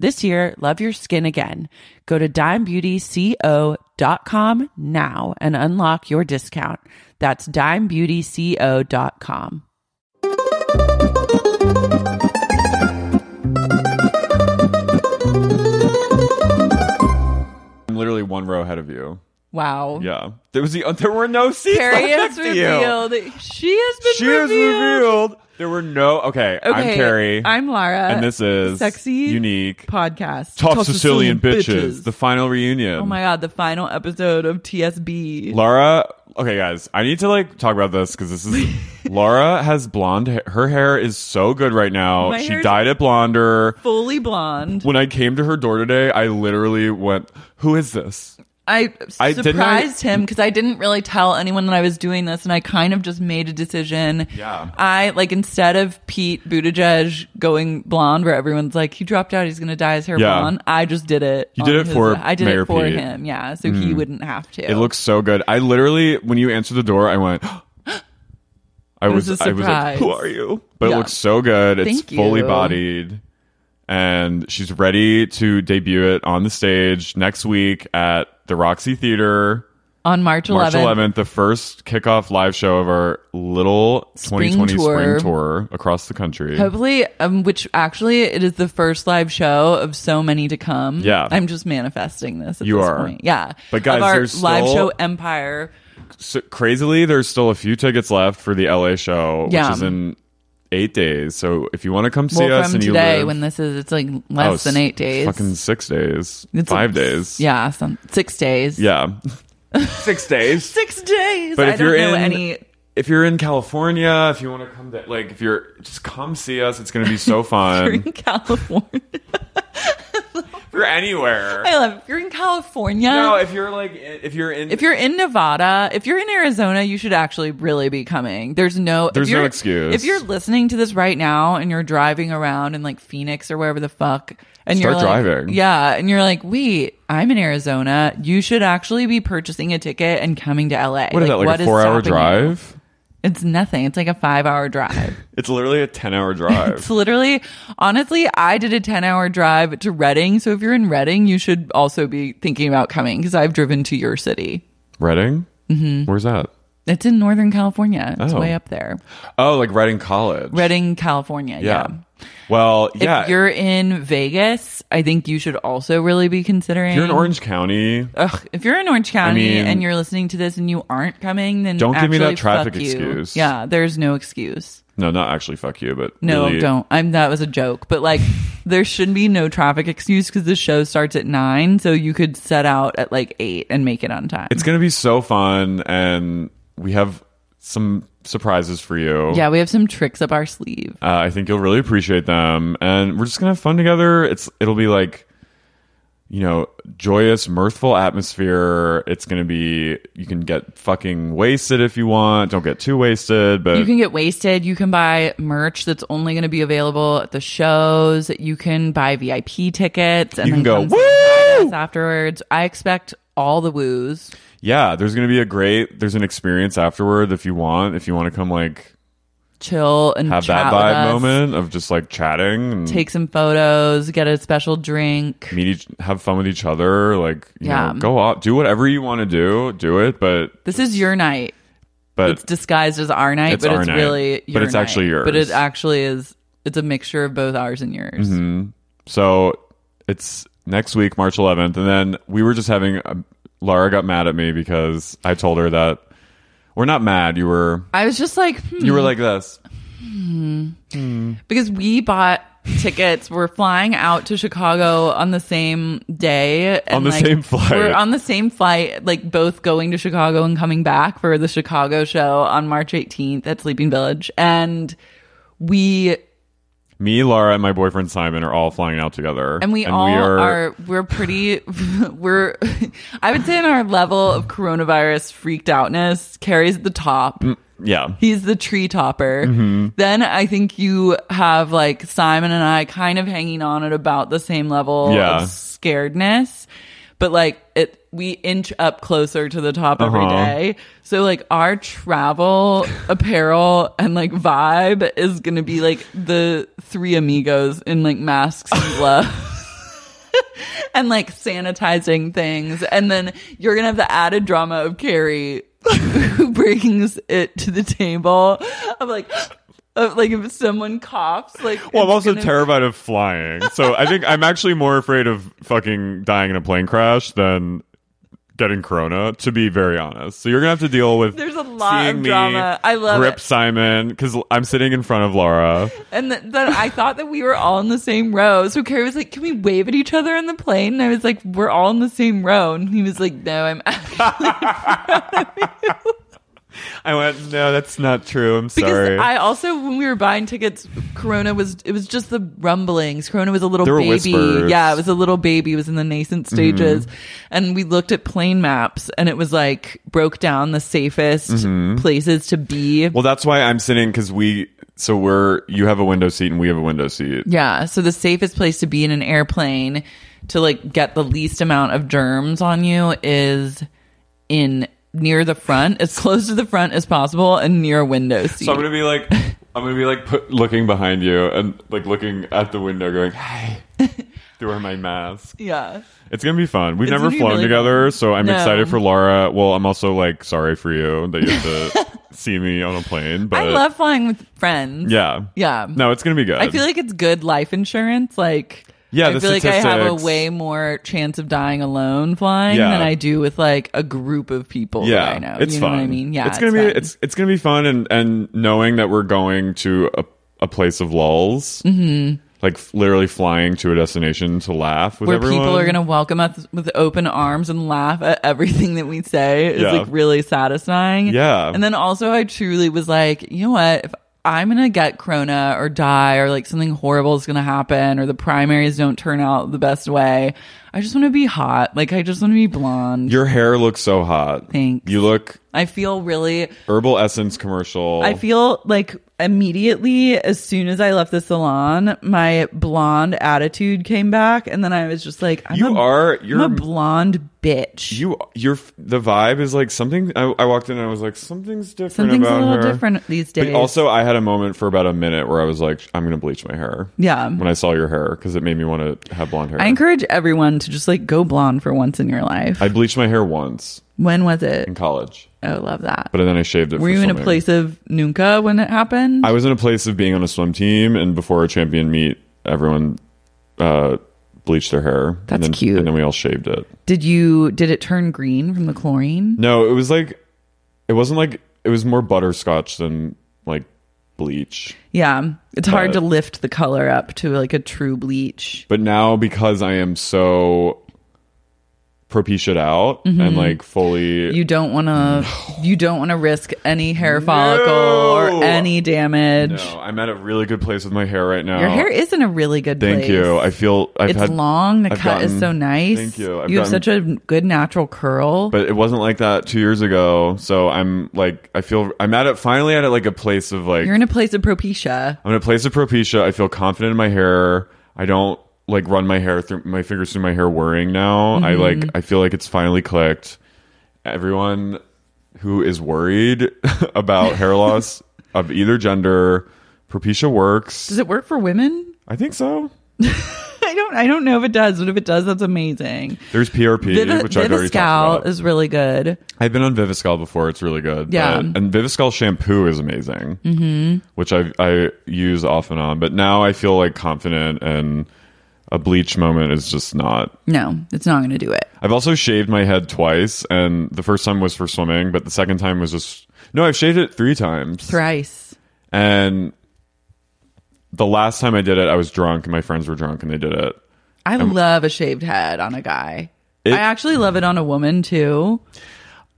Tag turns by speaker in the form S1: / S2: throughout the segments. S1: This year, love your skin again. Go to dimebeautyco.com now and unlock your discount. That's dimebeautyco.com.
S2: I'm literally one row ahead of you.
S1: Wow.
S2: Yeah. There was the, uh, there were no seats
S1: Carrie
S2: left next
S1: has
S2: to you.
S1: revealed. She has been
S2: She
S1: revealed.
S2: is revealed. There were no Okay,
S1: Okay,
S2: I'm Carrie.
S1: I'm Lara.
S2: and this is
S1: Sexy
S2: Unique
S1: Podcast.
S2: Top, Sicilian, bitches, The final reunion.
S1: oh my God, the final episode of TSB.
S2: Laura, okay, guys, I need to like talk about this because this is Laura has blonde. hair. Her hair is so good right now.
S1: My
S2: she
S1: hair's-
S2: dyed it blonder.
S1: Fully blonde.
S2: When I came to her door today, I literally went, "Who is this?"
S1: I
S2: I- didn't I-
S1: surprised him because I didn't really tell anyone that I was doing this, and I kind of just made a decision.
S2: Yeah.
S1: I like instead of Pete Buttigieg going blonde, where everyone's like he dropped out, he's gonna dye his hair
S2: Yeah.
S1: blonde. I just did it.
S2: You
S1: on
S2: did it
S1: his-
S2: for
S1: I did
S2: Mayor
S1: it for
S2: Pete. Mm.
S1: him, yeah, so he wouldn't have to.
S2: It looks so good. I literally, when you answered the door, I went. I was,
S1: was a
S2: I was like,
S1: surprise.
S2: "Who are you?" But
S1: Yeah.
S2: it looks so good. It's
S1: Thank
S2: fully
S1: you.
S2: bodied, and she's ready to debut it on the stage next week at the Roxy Theater.
S1: on March 11th.
S2: March 11th, the first kickoff live show of our little
S1: Spring
S2: 2020
S1: tour.
S2: spring tour across the country.
S1: Hopefully, um, which actually it is the first live show of so many to come.
S2: Yeah.
S1: I'm just manifesting this. At
S2: You
S1: this
S2: are.
S1: point. yeah.
S2: But guys,
S1: of our
S2: there's
S1: live
S2: still-
S1: show empire.
S2: So, crazily, there's still a few tickets left for the LA show,
S1: Yeah.
S2: which is in eight days. So if you want to come see
S1: well,
S2: us
S1: from
S2: and you
S1: today
S2: live,
S1: when this is, it's like
S2: Oh,
S1: less than eight days.
S2: fucking six days,
S1: It's
S2: five
S1: like-
S2: days,
S1: Yeah, some six days.
S2: yeah, six days.
S1: six days.
S2: But
S1: I
S2: if
S1: don't
S2: you're
S1: know
S2: in-
S1: any.
S2: If you're in California, if you want to come to like, if you're just come see us, it's gonna be so fun.
S1: California.
S2: You're anywhere.
S1: I love it. If you're in California,
S2: No, if you're like, if you're in,
S1: if you're in Nevada, if you're in Arizona, you should actually really be coming. There's no if
S2: There's no
S1: you're-
S2: excuse.
S1: If you're listening to this right now and you're driving around in like Phoenix or wherever the fuck, and you're
S2: Start
S1: like,
S2: driving.
S1: yeah, and you're like, wait, I'm in Arizona. You should actually be purchasing a ticket and coming to LA.
S2: what is that, like a
S1: is
S2: four hour
S1: stopping you?
S2: drive?
S1: It's nothing. It's like a five hour drive.
S2: It's literally a 10 hour drive.
S1: It's literally, honestly, I did a 10 hour drive to Reading. So if you're in Reading, you should also be thinking about coming because I've driven to your city.
S2: Reading? Mm-hmm. Where's that?
S1: It's in Northern California. It's
S2: Oh.
S1: way up there.
S2: Oh, like Reading College.
S1: Reading, California.
S2: Yeah.
S1: Yeah.
S2: Well,
S1: If
S2: yeah.
S1: you're in Vegas, I think you should also really be considering.
S2: if you're in Orange County.
S1: Ugh, if you're in Orange County
S2: mean-
S1: and you're listening to this and you aren't coming, then
S2: Don't give me that
S1: actually fuck
S2: traffic
S1: you.
S2: excuse.
S1: Yeah, there's no excuse.
S2: No, not actually fuck you, but
S1: No,
S2: really-
S1: don't. I'm that was a joke, but like there should be no traffic excuse because the show starts at nine, so you could set out at like eight and make it on time.
S2: It's gonna be so fun, and we have some surprises for you.
S1: yeah, we have some tricks up our sleeve.
S2: Uh, I think you'll really appreciate them, and we're just gonna have fun together. It's it'll be like, you know, joyous, mirthful atmosphere. It's gonna be you can get fucking wasted if you want. Don't get too wasted, but
S1: You can get wasted. You can buy merch that's only going to be available at the shows. You can buy VIP tickets. And
S2: You
S1: then
S2: can go,
S1: come say
S2: "Woo!"
S1: hi afterwards. I expect all the woos.
S2: yeah, there's gonna be a great there's an experience afterward if you want. If you want to come, like
S1: Chill and
S2: have
S1: chat
S2: that
S1: with
S2: vibe
S1: us.
S2: moment of just like chatting and
S1: Take some photos. Get a special drink.
S2: meet each have fun with each other like you
S1: Yeah.
S2: know go off do whatever you want to do do it but
S1: This is your night.
S2: but
S1: it's disguised as our night,
S2: It's
S1: but
S2: our
S1: it's
S2: night,
S1: really
S2: but
S1: your
S2: it's
S1: night.
S2: actually yours.
S1: But it actually is. It's a mixture of both ours and yours.
S2: Mm-hmm. so it's next week march 11th and then we were just having um, laura got mad at me because i told her that we're not mad you were
S1: I was just like, hmm,
S2: you were like this
S1: because we bought tickets. We're flying out to Chicago on the same day. and,
S2: On the
S1: like,
S2: same flight.
S1: We're on the same flight, like both going to Chicago and coming back for the Chicago show on March 18th at Sleeping Village. And we
S2: me laura and my boyfriend simon are all flying out together
S1: and we all are, we're pretty we're I would say in our level of coronavirus freaked outness, Carrie's at the top.
S2: yeah
S1: He's the tree topper. Then I think you have like Simon and I kind of hanging on at about the same level
S2: Yeah.
S1: of scaredness, but like it, we inch up closer to the top every
S2: Uh-huh.
S1: day. So like our travel apparel and like vibe is going to be like the three amigos in like masks and gloves and like sanitizing things. And then you're going to have the added drama of Carrie who brings it to the table of like, of like if someone coughs, like,
S2: well, I'm
S1: it's
S2: also
S1: gonna-
S2: terrified of flying. So I think I'm actually more afraid of fucking dying in a plane crash than getting corona, to be very honest. So you're gonna have to deal with
S1: There's a lot
S2: seeing
S1: of
S2: me
S1: drama. I love
S2: grip
S1: it.
S2: Simon because I'm sitting in front of Laura.
S1: And th- then I thought that we were all in the same row. So Carrie was like, can we wave at each other on the plane? And I was like, we're all in the same row. And he was like, no, I'm
S2: I went, no, that's not true. I'm
S1: Because
S2: sorry.
S1: I also, when we were buying tickets, Corona was it was just the rumblings. Corona was a little
S2: There were
S1: baby.
S2: whispers. Mm-hmm.
S1: Yeah, it was a little baby. It was in the nascent stages, and we looked at plane maps, and it was like broke down the safest places to be.
S2: Mm-hmm. well, that's why I'm sitting because we. So we're you have a window seat and we have a window seat.
S1: yeah, so the safest place to be in an airplane to like get the least amount of germs on you is in near the front, as close to the front as possible, and near a window seat.
S2: So I'm gonna be like. I'm gonna be like put, looking behind you and like looking at the window, going, "Hey, through my mask."
S1: yeah.
S2: It's gonna be fun. We've
S1: It's
S2: never
S1: gonna be
S2: flown
S1: really
S2: together,
S1: fun.
S2: so I'm
S1: No.
S2: excited for Laura. Well, I'm also like sorry for you that you have to see me on a plane. But
S1: I love flying with friends.
S2: Yeah.
S1: Yeah.
S2: No, it's gonna be good.
S1: I feel like it's good life insurance. Like,
S2: Yeah,
S1: I
S2: the
S1: feel like I have a
S2: statistics.
S1: way more chance of dying alone flying
S2: Yeah.
S1: than I do with like a group of people that I know.
S2: It's
S1: you
S2: fun.
S1: know what I mean? Yeah,
S2: It's, gonna be
S1: fun.
S2: it's it's gonna be fun and and knowing that we're going to a, a place of lulls. Mm-hmm. Like f- literally flying to a destination to laugh with
S1: where
S2: everyone.
S1: people are going to welcome us with open arms and laugh at everything that we say is
S2: Yeah.
S1: like really satisfying.
S2: Yeah.
S1: And then also, I truly was like, you know what? If I'm gonna get corona or die or like something horrible is gonna happen or the primaries don't turn out the best way. I just want to be hot. Like I just want to be blonde.
S2: Your hair looks so hot.
S1: Thanks.
S2: You look
S1: I feel really.
S2: herbal essence commercial.
S1: I feel like immediately as soon as I left the salon, my blonde attitude came back, and then I was just like, I'm
S2: You
S1: a-
S2: are-
S1: I'm
S2: you're-
S1: a blonde bitch.
S2: you your the vibe is like something I, I walked in and I was like something's different
S1: Something's a
S2: about
S1: little
S2: her.
S1: different these
S2: But
S1: days.
S2: also I had a moment for about a minute where I was like I'm going to bleach my hair.
S1: Yeah.
S2: When I saw your hair cuz it made me want to have blonde hair.
S1: I encourage everyone to just like go blonde for once in your life.
S2: I bleached my hair once
S1: when was it?
S2: in college,
S1: Oh, love that.
S2: but then I shaved it
S1: Were
S2: for
S1: you in a
S2: swimming.
S1: place of Nunca when it happened?
S2: I was in a place of being on a swim team and before a champion meet everyone uh bleached their hair
S1: That's
S2: and then,
S1: cute.
S2: and then we all shaved it.
S1: did you did it turn green from the chlorine?
S2: No, it was like it wasn't like it was more butterscotch than like bleach.
S1: Yeah. It's hard
S2: But-
S1: to lift the color up to like a true bleach.
S2: But now because I am so propitiate out and like fully
S1: Mm-hmm. You don't want to you don't want to risk any hair follicle or any damage.
S2: No, I'm at a really good place with my hair right now.
S1: Your hair is in a really good
S2: Thank
S1: place.
S2: you. I feel I've
S1: it's
S2: had
S1: long, the
S2: I've
S1: cut is
S2: gotten-
S1: so nice.
S2: Thank you. I've
S1: you have
S2: gotten-
S1: such a good natural curl.
S2: but it wasn't like that two years ago. So I'm like I feel I'm at it finally at it like a place of like
S1: You're in a place of propecia.
S2: I'm in a place of propecia. I feel confident in my hair. I don't like run my hair through my fingers through my hair worrying now. I like I feel like it's finally clicked. Everyone who is worried about hair loss of either gender, propecia works.
S1: Does it work for women?
S2: I think so.
S1: I don't I don't know if it does, but if it does, that's amazing.
S2: There's PRP,
S1: Viv-
S2: which I've already
S1: Viviscal
S2: talked about.
S1: is really good.
S2: I've been on Viviscal before; it's really good.
S1: Yeah.
S2: but- and Viviscal shampoo is amazing, mm-hmm. which I I use off and on. But now I feel like confident, and a bleach moment is just not
S1: No, it's not going to do it.
S2: I've also shaved my head twice, and the first time was for swimming, but the second time was just no. I've shaved it three times,
S1: Thrice.
S2: and the last time I did it, I was drunk, and my friends were drunk, and they did it.
S1: I love a shaved head on a guy.
S2: It-
S1: I actually love it on a woman too.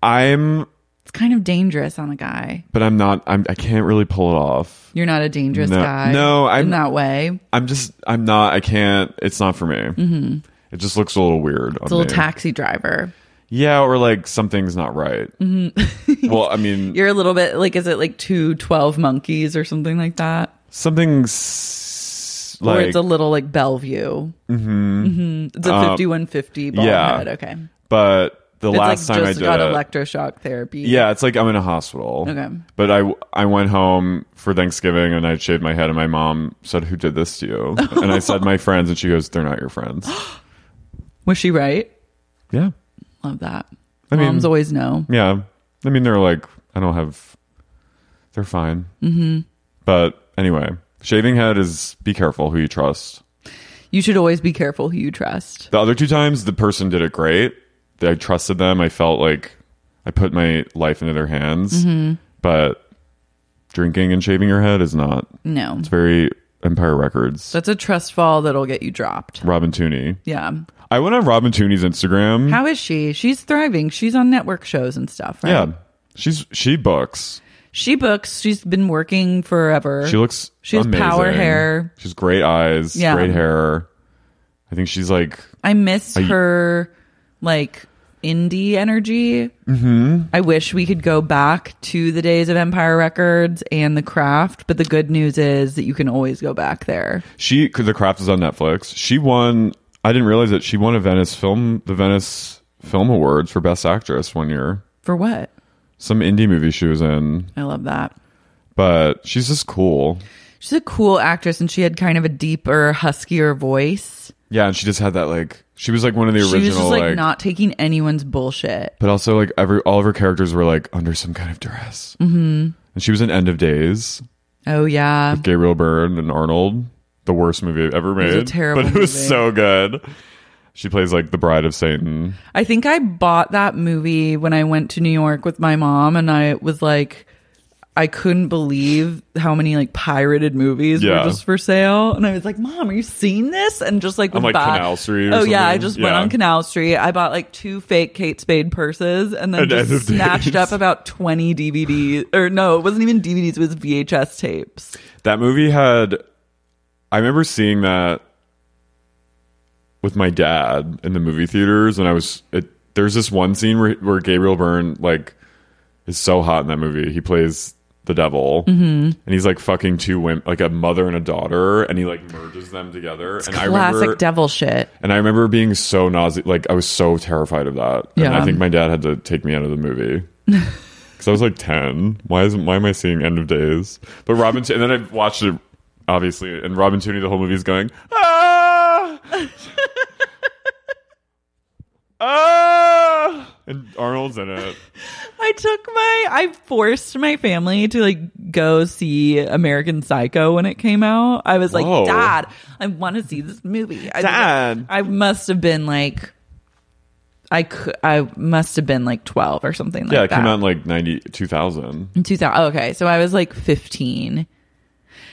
S2: I'm,
S1: It's kind of dangerous on a guy.
S2: but I'm not. I'm. I can't really pull it off.
S1: You're not a dangerous
S2: No-
S1: guy.
S2: no, I'm-
S1: in that way.
S2: I'm just. I'm not. I can't. It's not for me. Mm-hmm. It just looks a little weird.
S1: It's a little taxi driver.
S2: Yeah, or like something's not right. well, I mean,
S1: Mm-hmm. You're a little bit like, is it like two 12 monkeys or something like that?
S2: something's like Um,
S1: or it's a little like Bellevue. Mm-hmm. mm-hmm. It's a 5150 bald
S2: yeah.
S1: head. Okay.
S2: but. The
S1: It's
S2: last
S1: like
S2: time
S1: just
S2: I did
S1: got
S2: it,
S1: electroshock therapy.
S2: Yeah, it's like I'm in a hospital.
S1: Okay.
S2: But I I went home for Thanksgiving and I shaved my head and my mom said, "Who did this to you?" and I said, "My friends," and she goes, "They're not your friends."
S1: Was she right?
S2: yeah.
S1: Love that.
S2: I mean-
S1: Moms always know.
S2: Yeah. I mean, they're like I don't have they're fine. Mhm.
S1: Mm-hmm.
S2: But anyway, shaving head is be careful who you trust.
S1: You should always be careful who you trust.
S2: The other two times the person did it great. I trusted them. I felt like I put my life into their hands.
S1: Mm-hmm.
S2: But drinking and shaving your head is not
S1: No.
S2: It's very Empire Records.
S1: That's a trust fall that'll get you dropped.
S2: Robin Tooney.
S1: Yeah.
S2: I went on Robin Tooney's Instagram.
S1: How is she? She's thriving. She's on network shows and stuff, right?
S2: Yeah. She's she books.
S1: She books. She's been working forever.
S2: She looks
S1: She has power
S2: amazing.
S1: hair.
S2: She's great eyes,
S1: Yeah.
S2: great hair. I think she's like
S1: I miss
S2: you-
S1: her like indie energy. Mm-hmm. I wish we could go back to the days of Empire Records and The Craft, but the good news is that you can always go back there.
S2: she cause the craft is on Netflix. She won I didn't realize that she won a Venice film the Venice Film Awards for Best Actress one year.
S1: For what?
S2: Some indie movie she was in.
S1: I love that.
S2: But she's just cool.
S1: She's a cool actress and she had kind of a deeper, huskier voice.
S2: Yeah, and she just had that like she was like one of the
S1: She
S2: original
S1: was just like,
S2: like
S1: not taking anyone's bullshit.
S2: but also like every all of her characters were like under some kind of duress. Mm-hmm. And she was in End of Days,
S1: Oh yeah.
S2: Gabriel Byrne and Arnold, the worst movie ever made.
S1: was a terrible
S2: but it was
S1: movie.
S2: so good. She plays like the Bride of Satan.
S1: I think I bought that movie when I went to New York with my mom and I was like I couldn't believe how many like pirated movies
S2: Yeah.
S1: were just for sale, and I was like, "Mom, are you seeing this?" And just like,
S2: On,
S1: would
S2: like, Canal Street or
S1: oh yeah, I
S2: something?
S1: just
S2: Yeah.
S1: went on Canal Street. I bought like two fake Kate Spade purses, and then
S2: And
S1: just
S2: end of
S1: snatched
S2: days.
S1: up about twenty DVDs, or no, it wasn't even DVDs; it was VHS tapes.
S2: That movie had. I remember seeing that with my dad in the movie theaters, and I was. It, there's this one scene where, where Gabriel Byrne like is so hot in that movie. He plays the devil,
S1: Mm-hmm.
S2: and he's like fucking two women, like a mother and a daughter, and he like merges them together. and I
S3: Classic
S2: remember,
S3: devil shit.
S2: and I remember being so nauseous. Like I was so terrified of that. And
S1: Yeah.
S2: I think my dad had to take me out of the movie. Because I was like ten. Why isn't why am I seeing End of Days? But Robin T- and then I watched it obviously, and Robin Tooney the whole movie is going ah. Ah! And Arnold's in it.
S1: I took my I forced my family to like go see American Psycho when it came out. I was like,
S2: Whoa.
S1: "Dad, I want to see this movie." I,
S2: Dad.
S1: I must have been like I cou- I must have been like 12 or something like
S2: Yeah, it
S1: that.
S2: came out in like ninety two thousand.
S1: in 2000. Okay, so I was like 15.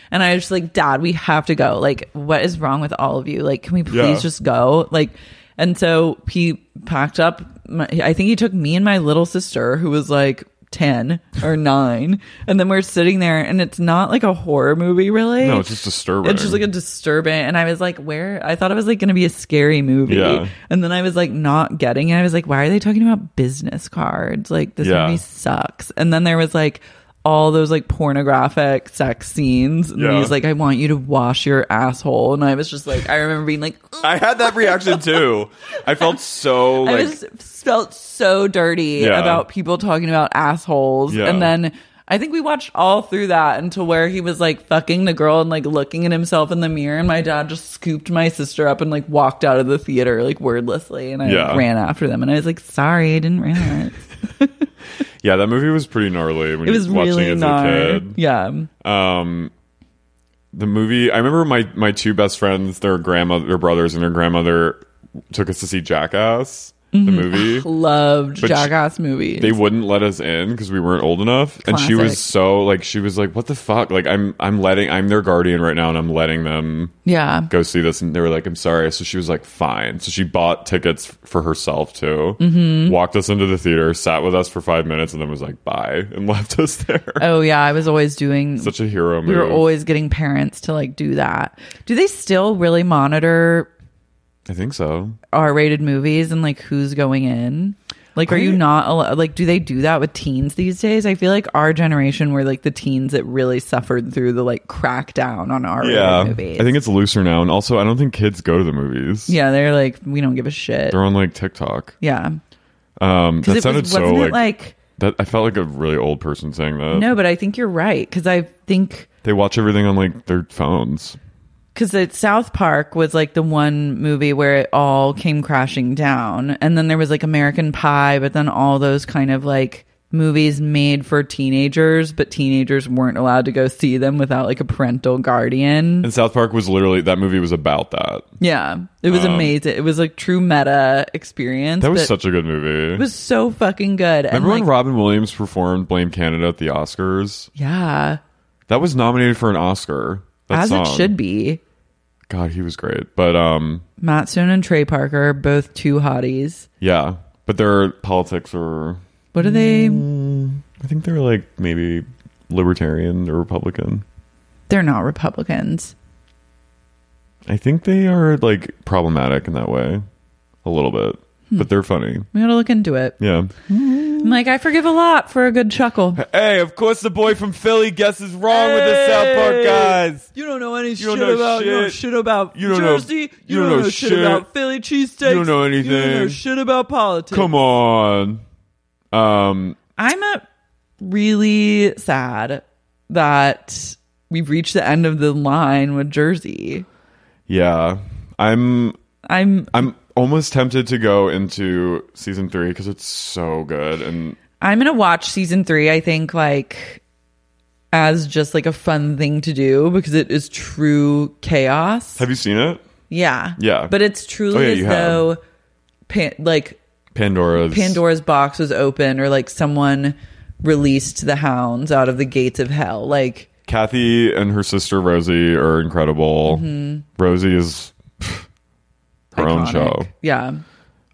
S1: And I was just like, "Dad, we have to go. Like, what is wrong with all of you? Like, can we please
S2: Yeah.
S1: just go?" Like, and so he packed up. My, I think he took me and my little sister, who was like ten or nine, and then we're sitting there, and it's not like a horror movie, really.
S2: No, it's just disturbing.
S1: It's just like a disturbing, and I was like, "Where?" I thought it was like going to be a scary movie,
S2: Yeah.
S1: and then I was like, not getting it. I was like, "Why are they talking about business cards? Like this
S2: Yeah.
S1: movie sucks." And then there was like all those like pornographic sex scenes, and
S2: Yeah.
S1: he's like, "I want you to wash your asshole," and I was just like, I remember being like, "Ugh."
S2: I had that reaction too. I felt so
S1: I
S2: like
S1: was felt so dirty
S2: Yeah.
S1: about people talking about assholes,
S2: Yeah.
S1: and then. I think we watched all through that until where he was like fucking the girl and like looking at himself in the mirror, and my dad just scooped my sister up and like walked out of the theater like wordlessly, and I
S2: Yeah.
S1: ran after them, and I was like, "Sorry, I didn't realize."
S2: Yeah, that movie was pretty gnarly
S1: it
S2: when you
S1: was
S2: was watching
S1: really
S2: it as a
S1: gnarly.
S2: kid.
S1: Yeah,
S2: um the movie i remember my my two best friends their grandmother their brothers and their grandmother took us to see jackass
S1: Mm-hmm.
S2: the
S1: Oh,
S2: movie
S1: loved
S2: But she-
S1: jackass movies.
S2: they wouldn't let us in because we weren't old enough and she was
S1: Classic.
S2: so like she was like what the fuck like i'm i'm letting i'm their guardian right now and i'm letting them
S1: yeah,
S2: go see this and they were like i'm sorry so she was like fine so she bought tickets f- for herself too mm-hmm. walked us into the theater sat with us for five minutes and then was like bye and left us there
S1: oh yeah, I was always doing
S2: such a hero
S1: we
S2: move
S1: were always getting parents to like do that. Do they still really monitor
S2: i think so
S1: R-rated movies and like who's going in? Like, are you not al- like? Do they do that with teens these days? I feel like our generation were like the teens that really suffered through the like crackdown on R-rated movies.
S2: I think it's looser now, and also I don't think kids go to the movies.
S1: yeah, they're like we don't give a shit.
S2: they're on like TikTok.
S1: Yeah,
S2: Um, that
S1: because it
S2: sounded
S1: was
S2: so
S1: wasn't it
S2: like, uh,
S1: like
S2: that. I felt like a really old person saying that.
S1: no, but I think you're right because I think
S2: they watch everything on like their phones.
S1: because South Park was like the one movie where it all came crashing down, and then there was like American Pie, but then all those kind of like movies made for teenagers, but teenagers weren't allowed to go see them without like a parental guardian.
S2: And South Park was literally that movie was about that.
S1: Yeah, it was amazing. It was like true meta experience.
S2: um, That was
S1: but
S2: such a good movie.
S1: it was so fucking good. And
S2: Remember
S1: like,
S2: when Robin Williams performed "Blame Canada" at the Oscars?
S1: yeah,
S2: That was nominated for an Oscar. That
S1: as
S2: song.
S1: it should be.
S2: God, he was great. But um,
S1: Matt Stone and Trey Parker, both two hotties.
S2: yeah. But their politics were.
S1: What are they?
S2: Mm. I think they were like maybe libertarian or Republican.
S1: They're not Republicans.
S2: I think they are like problematic in that way, a little bit, but they're funny.
S1: We gotta look into it.
S2: Yeah.
S1: I'm like, I forgive a lot for a good chuckle.
S2: Hey, of course the boy from Philly guesses wrong with the South Park guys.
S1: You don't know any
S2: You don't shit know about- you don't shit. shit
S1: about
S2: You don't know- Jersey. You you don't don't know know shit shit. about
S1: Philly cheesesteaks.
S2: You don't know You don't know anything.
S1: shit about politics.
S2: Come on. Um,
S1: I'm uh, really sad that we've reached the end of the line with Jersey.
S2: yeah. I'm
S1: I'm
S2: I'm almost tempted to go into season 3 cuz it's so good and
S1: I'm gonna watch season three. I think like as just like a fun thing to do because it is true chaos.
S2: have you seen it?
S1: Yeah.
S2: Yeah.
S1: But it's truly
S2: Oh, yeah,
S1: as
S2: you have.
S1: though pan- like
S2: Pandora's
S1: Pandora's box was open or like someone released the hounds out of the gates of hell. Like
S2: Kathy and her sister Rosie are incredible. Rosie is pff, her own
S1: Mm-hmm. iconic.
S2: show.
S1: Yeah.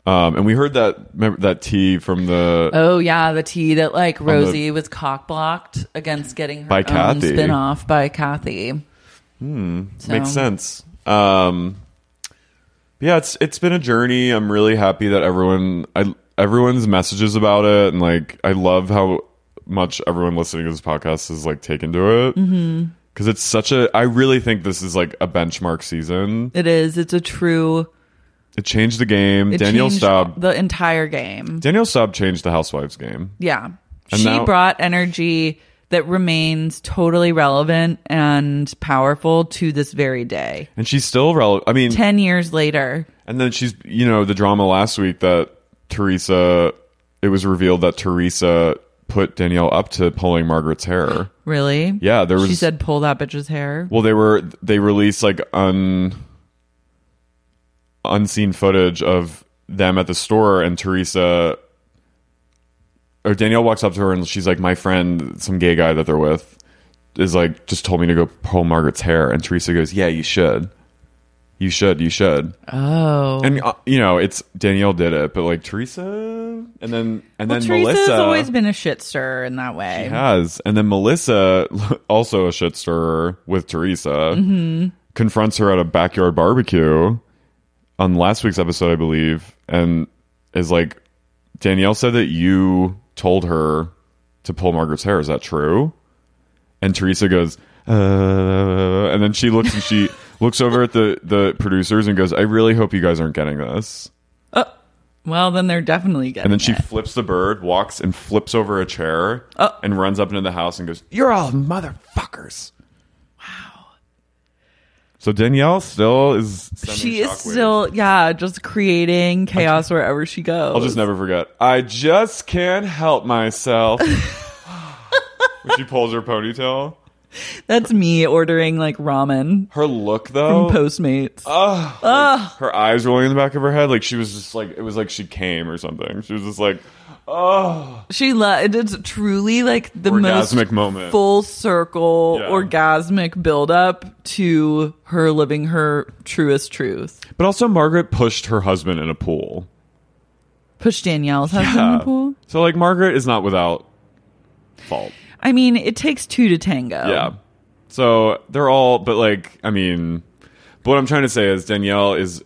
S2: Um, and we heard that remember that tea from the
S1: Oh yeah, the tea that like Rosie was cock blocked against getting her
S2: By
S1: own
S2: Kathy. Hmm,
S1: spin off by Kathy.
S2: makes
S1: so-
S2: sense. Um, yeah, it's it's been a journey. I'm really happy that everyone I everyone's messages about it and like I love how much everyone listening to this podcast is like taken to it because
S1: Mm-hmm.
S2: it's such a. I really think this is like a benchmark season.
S1: It is. It's a true
S2: It changed the game.
S1: it
S2: Daniel
S1: changed
S2: Staub.
S1: the entire game.
S2: Daniel Staub changed the Housewives game.
S1: Yeah.
S2: And
S1: she
S2: now-
S1: brought energy that remains totally relevant and powerful to this very day.
S2: And she's still relevant. I mean,
S1: 10 years later.
S2: and then she's, you know, the drama last week that Teresa, it was revealed that Teresa put Danielle up to pulling Margaret's hair.
S1: Really?
S2: Yeah, there was.
S1: She said, pull that bitch's hair.
S2: well, they were, they released like un, unseen footage of them at the store and Teresa, or Danielle walks up to her and she's like, my friend, some gay guy that they're with, is like, just told me to go pull Margaret's hair. And Teresa goes, yeah, you should. You should, you should.
S1: Oh.
S2: and uh, you know it's Danielle did it, but like Teresa, and then and
S1: well,
S2: then
S1: Teresa's
S2: Melissa
S1: always been a shit stirrer in that way.
S2: has, and then Melissa, also a shit stirrer with Teresa, confronts her at a backyard barbecue on last week's episode, I believe, and is like Danielle said that you told her to pull Margaret's hair. Is that true? And Teresa goes, uh, and then she looks and she looks over at the the producers and goes, I really hope you guys aren't getting this.
S1: Well, then they're definitely getting
S2: And then she
S1: it.
S2: flips the bird, walks and flips over a chair,
S1: Oh.
S2: and runs up into the house and goes, "You're all motherfuckers!" Wow. So Danielle still is. sending
S1: She is
S2: shockwaves.
S1: still, yeah, just creating chaos wherever she goes.
S2: I'll just never forget. I just can't help myself. when she pulls her ponytail,
S1: That's me ordering like ramen
S2: her look
S1: from
S2: though,
S1: Postmates.
S2: Oh. her eyes rolling in the back of her head, like she was just like it was like she came or something. She was just like, "Oh,
S1: She lo- it is truly like the
S2: orgasmic
S1: most
S2: moment."
S1: full circle
S2: Yeah.
S1: orgasmic buildup to her living her truest truth.
S2: but also, Margaret pushed her husband in a pool.
S1: Push Danielle's husband in the pool.
S2: So like Margaret is not without fault.
S1: I mean, it takes two to tango.
S2: Yeah. So they're all but like I mean but what I'm trying to say is Danielle is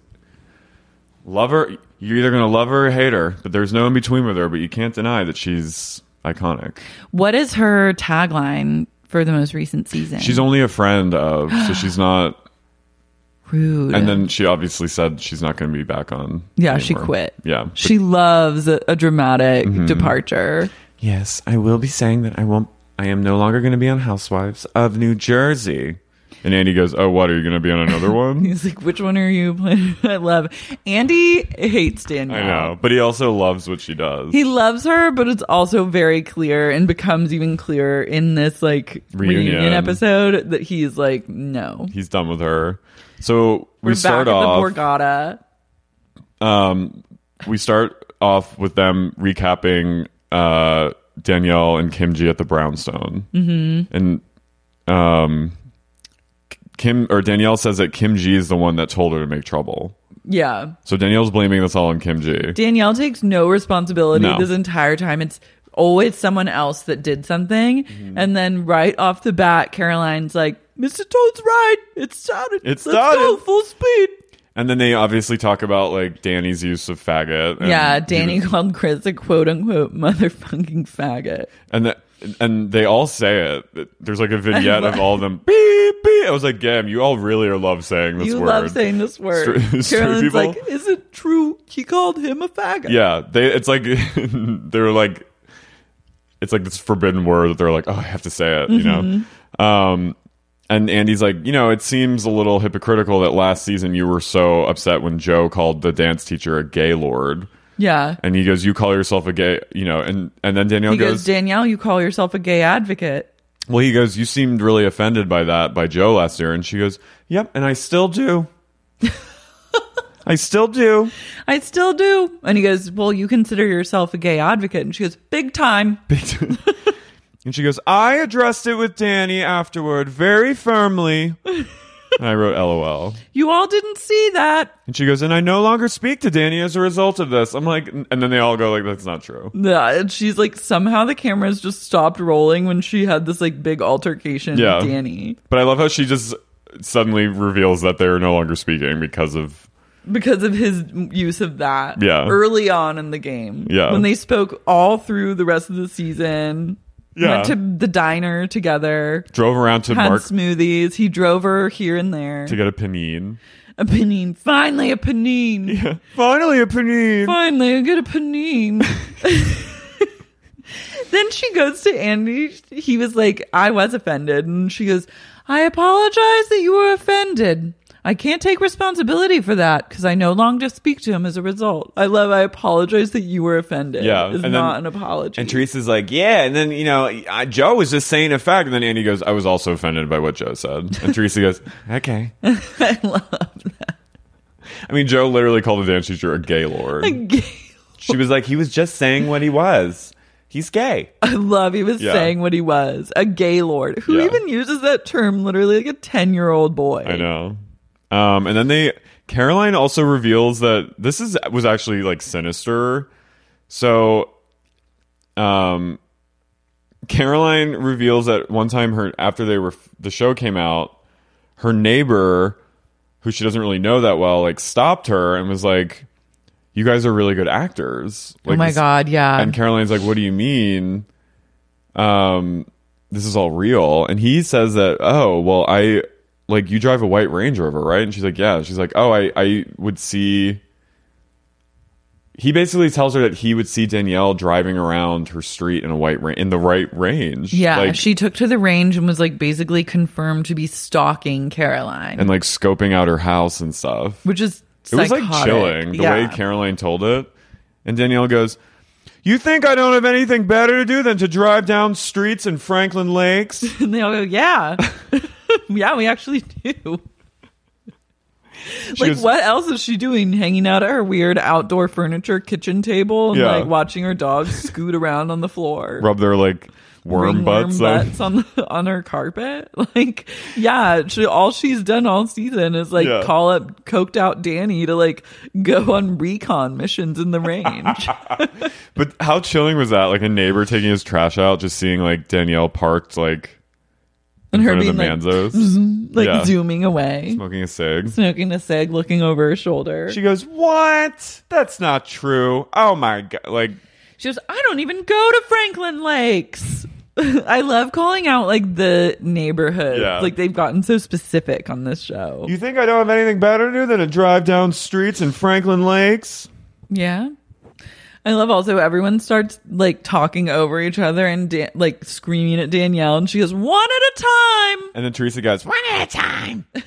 S2: love her you're either gonna love her or hate her, but there's no in between with her, but you can't deny that she's iconic.
S1: What is her tagline for the most recent season?
S2: She's only a friend of, so she's not
S1: rude.
S2: and then she obviously said she's not gonna be back on.
S1: yeah, she
S2: anymore.
S1: quit.
S2: Yeah.
S1: She loves a, a dramatic
S2: Mm-hmm.
S1: departure.
S2: Yes, I will be saying that I won't I am no longer gonna be on Housewives of New Jersey. And Andy goes, Oh what, are you gonna be on another one?
S1: He's like, which one are you playing? I love Andy hates Danielle.
S2: I know, but he also loves what she does.
S1: He loves her, but it's also very clear and becomes even clearer in this like reunion,
S2: Reunion.
S1: episode that he's like, no,
S2: He's done with her. So we
S1: we're
S2: start
S1: back
S2: off.
S1: at the Borgata.
S2: we start off with them recapping uh, Danielle and Kim G at the Brownstone, mm-hmm. and um, Kim or Danielle says that Kim G is the one that told her to make trouble.
S1: Yeah,
S2: So Danielle's blaming this all on Kim G.
S1: Danielle takes no responsibility
S2: No.
S1: this entire time. It's always someone else that did something,
S2: Mm-hmm.
S1: and then right off the bat, Caroline's like, "Mr. Toad's right. It's started.
S2: It's
S1: Let's go
S2: started."
S1: full speed."
S2: and then they obviously talk about like Danny's use of faggot. And
S1: yeah, Danny
S2: you-
S1: called Chris a quote unquote motherfucking faggot.
S2: and the, and they all say it. There's like a vignette of all of them. Beep beep. I was like, damn, you all really love saying this
S1: you
S2: word.
S1: love saying this word.
S2: Straight- straight
S1: Carolyn's
S2: people.
S1: like, is it true? He called him a faggot.
S2: Yeah, they. It's like they're like, it's like this forbidden word that they're like, oh, I have to say it, you
S1: Mm-hmm.
S2: know. Um, and Andy's like, you know, it seems a little hypocritical that last season you were so upset when Joe called the dance teacher a gay lord,
S1: Yeah.
S2: and he goes, you call yourself a gay, you know, and and then Danielle
S1: He goes,
S2: goes,
S1: Danielle, you call yourself a gay advocate.
S2: well, he goes, you seemed really offended by that by Joe last year, and she goes, yep, and I still do. I still do.
S1: I still do. And he goes, well, you consider yourself a gay advocate. And she goes, big time.
S2: Big time. And she goes, I addressed it with Danny afterward very firmly. and I wrote LOL.
S1: You all didn't see that.
S2: And she goes, and I no longer speak to Danny as a result of this. I'm like, and then they all go like, that's not true.
S1: Yeah, and she's like somehow the cameras just stopped rolling when she had this like big altercation
S2: Yeah.
S1: with Danny
S2: But I love how she just suddenly reveals that they're no longer speaking because of
S1: because of his use of that.
S2: Yeah.
S1: early on in the game.
S2: Yeah.
S1: when they spoke all through the rest of the season.
S2: Yeah.
S1: went to the diner together.
S2: drove around to
S1: Had
S2: Mark
S1: smoothies. He drove her here and there.
S2: to get a panine.
S1: a panine. Finally, a panine.
S2: Finally, a panine.
S1: Finally, I get a panine. then she goes to Andy. He was like, I was offended. And she goes, I apologize that you were offended. I can't take responsibility for that because I no longer speak to him as a result. I love, I apologize that you were offended.
S2: Yeah,
S1: It's
S2: and then-
S1: not an apology.
S2: And Teresa's like, yeah. And then, you know, I, Joe was just saying a fact. And then Andy goes, I was also offended by what Joe said. And Teresa goes, okay. I love that. I mean, Joe literally called the dance teacher a gay lord. she was like, he was just saying what he was. He's gay.
S1: I love he was
S2: Yeah.
S1: saying what he was a gay lord. Who
S2: Yeah.
S1: even uses that term literally like a 10 year old boy?
S2: I know. Um, and then they Caroline also reveals that this is was actually like sinister. So, um, Caroline reveals that one time her after they were the show came out, her neighbor, who she doesn't really know that well, like stopped her and was like, "You guys are really good actors." Like,
S3: oh my
S2: this-
S3: god, yeah.
S1: Ah.
S2: and Caroline's like, "What do you mean? Um, this is all real." And he says that, "Oh, well, I like you drive a white Range Rover, right?" And she's like, "Yeah." She's like, "Oh, I I would see." He basically tells her that he would see Danielle driving around her street in a white ra- in the right range.
S1: Yeah,
S2: like,
S1: she took to the range and was like basically confirmed to be stalking Caroline,
S2: and like scoping out her house and stuff.
S1: which is
S2: It was
S1: psychotic.
S2: like chilling the
S1: yeah.
S2: way Caroline told it. And Danielle goes, You think I don't have anything better to do than to drive down streets in Franklin Lakes?
S1: and they all go, "Yeah, yeah, we actually do." like,
S2: was-
S1: what else is she doing? Hanging out at her weird outdoor furniture kitchen table and
S2: Yeah.
S1: like watching her dog scoot around on the floor,
S2: Rub their like worm
S1: ringworm
S2: butts. on-
S1: butts on the, on her carpet. Like, yeah, she, all she's done all season is like
S2: Yeah.
S1: call up coked out Danny to like go on recon missions in the range.
S2: But how chilling was that? Like a neighbor taking his trash out, just seeing like Danielle parked like in
S1: And her
S2: front of the
S1: being,
S2: Manzos,
S1: like
S2: Yeah.
S1: zooming away,
S2: smoking a cig.
S1: smoking a cig, looking over her shoulder.
S2: She
S1: She,
S2: goes, What? That's not true. Oh my god. Like
S1: goes, I don't even go to Franklin Lakes. I love calling out like the neighborhood.
S2: Yeah.
S1: Like they've gotten so specific on this show.
S2: you think I don't have anything better to do than to drive down streets in Franklin Lakes?
S1: yeah. I love also everyone starts like talking over each other and da- like screaming at Danielle, and she goes, one at a time,
S2: And then Teresa goes, One at a time.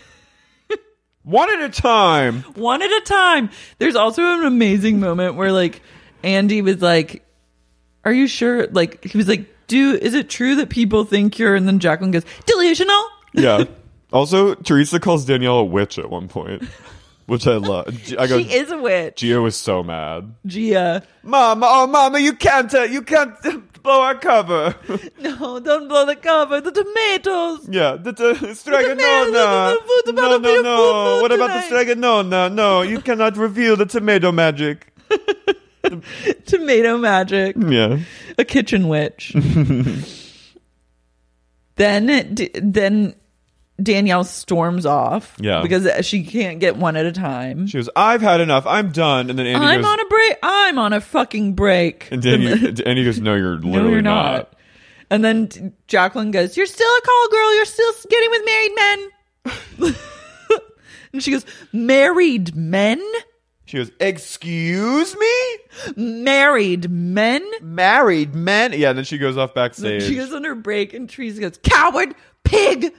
S2: One at a time.
S1: one at a time. There's also an amazing moment where like Andy was like, "Are you sure?" Like he was like, "Do is it true that people think you're?" And then Jacqueline goes, "Delusional."
S2: Yeah. Also, Teresa calls Danielle a witch at one point, which I love. I go,
S1: she is a witch,
S2: Gio is so mad.
S1: Gia.
S2: Mama, oh mama, you can't, uh, you can't blow our cover.
S1: No, don't blow the cover. The tomatoes.
S2: yeah, the, the
S1: tomato,
S2: straganona.
S1: the food,
S2: No,
S1: about a bit
S2: no,
S1: of
S2: no.
S1: food
S2: What about the
S1: tonight.
S2: straganona? No, you cannot reveal the tomato magic.
S1: Tomato magic.
S2: Yeah,
S1: a kitchen witch. then d- then Danielle storms off.
S2: Yeah.
S1: because she can't get one at a time.
S2: she goes. I've had enough. I'm done. And then Andy
S1: I'm
S2: goes.
S1: on a break. I'm on a fucking break.
S2: and Andy, Andy goes. No, you're literally
S1: no, you're not. And then t- Jacqueline goes, "You're still a call girl. You're still s- getting with married men." and she goes, "Married men?
S2: She goes. Excuse me.
S1: Married men?"
S2: Married men. Yeah. And then she goes off backstage.
S1: She goes on her break, and Teresa goes, "Coward, pig,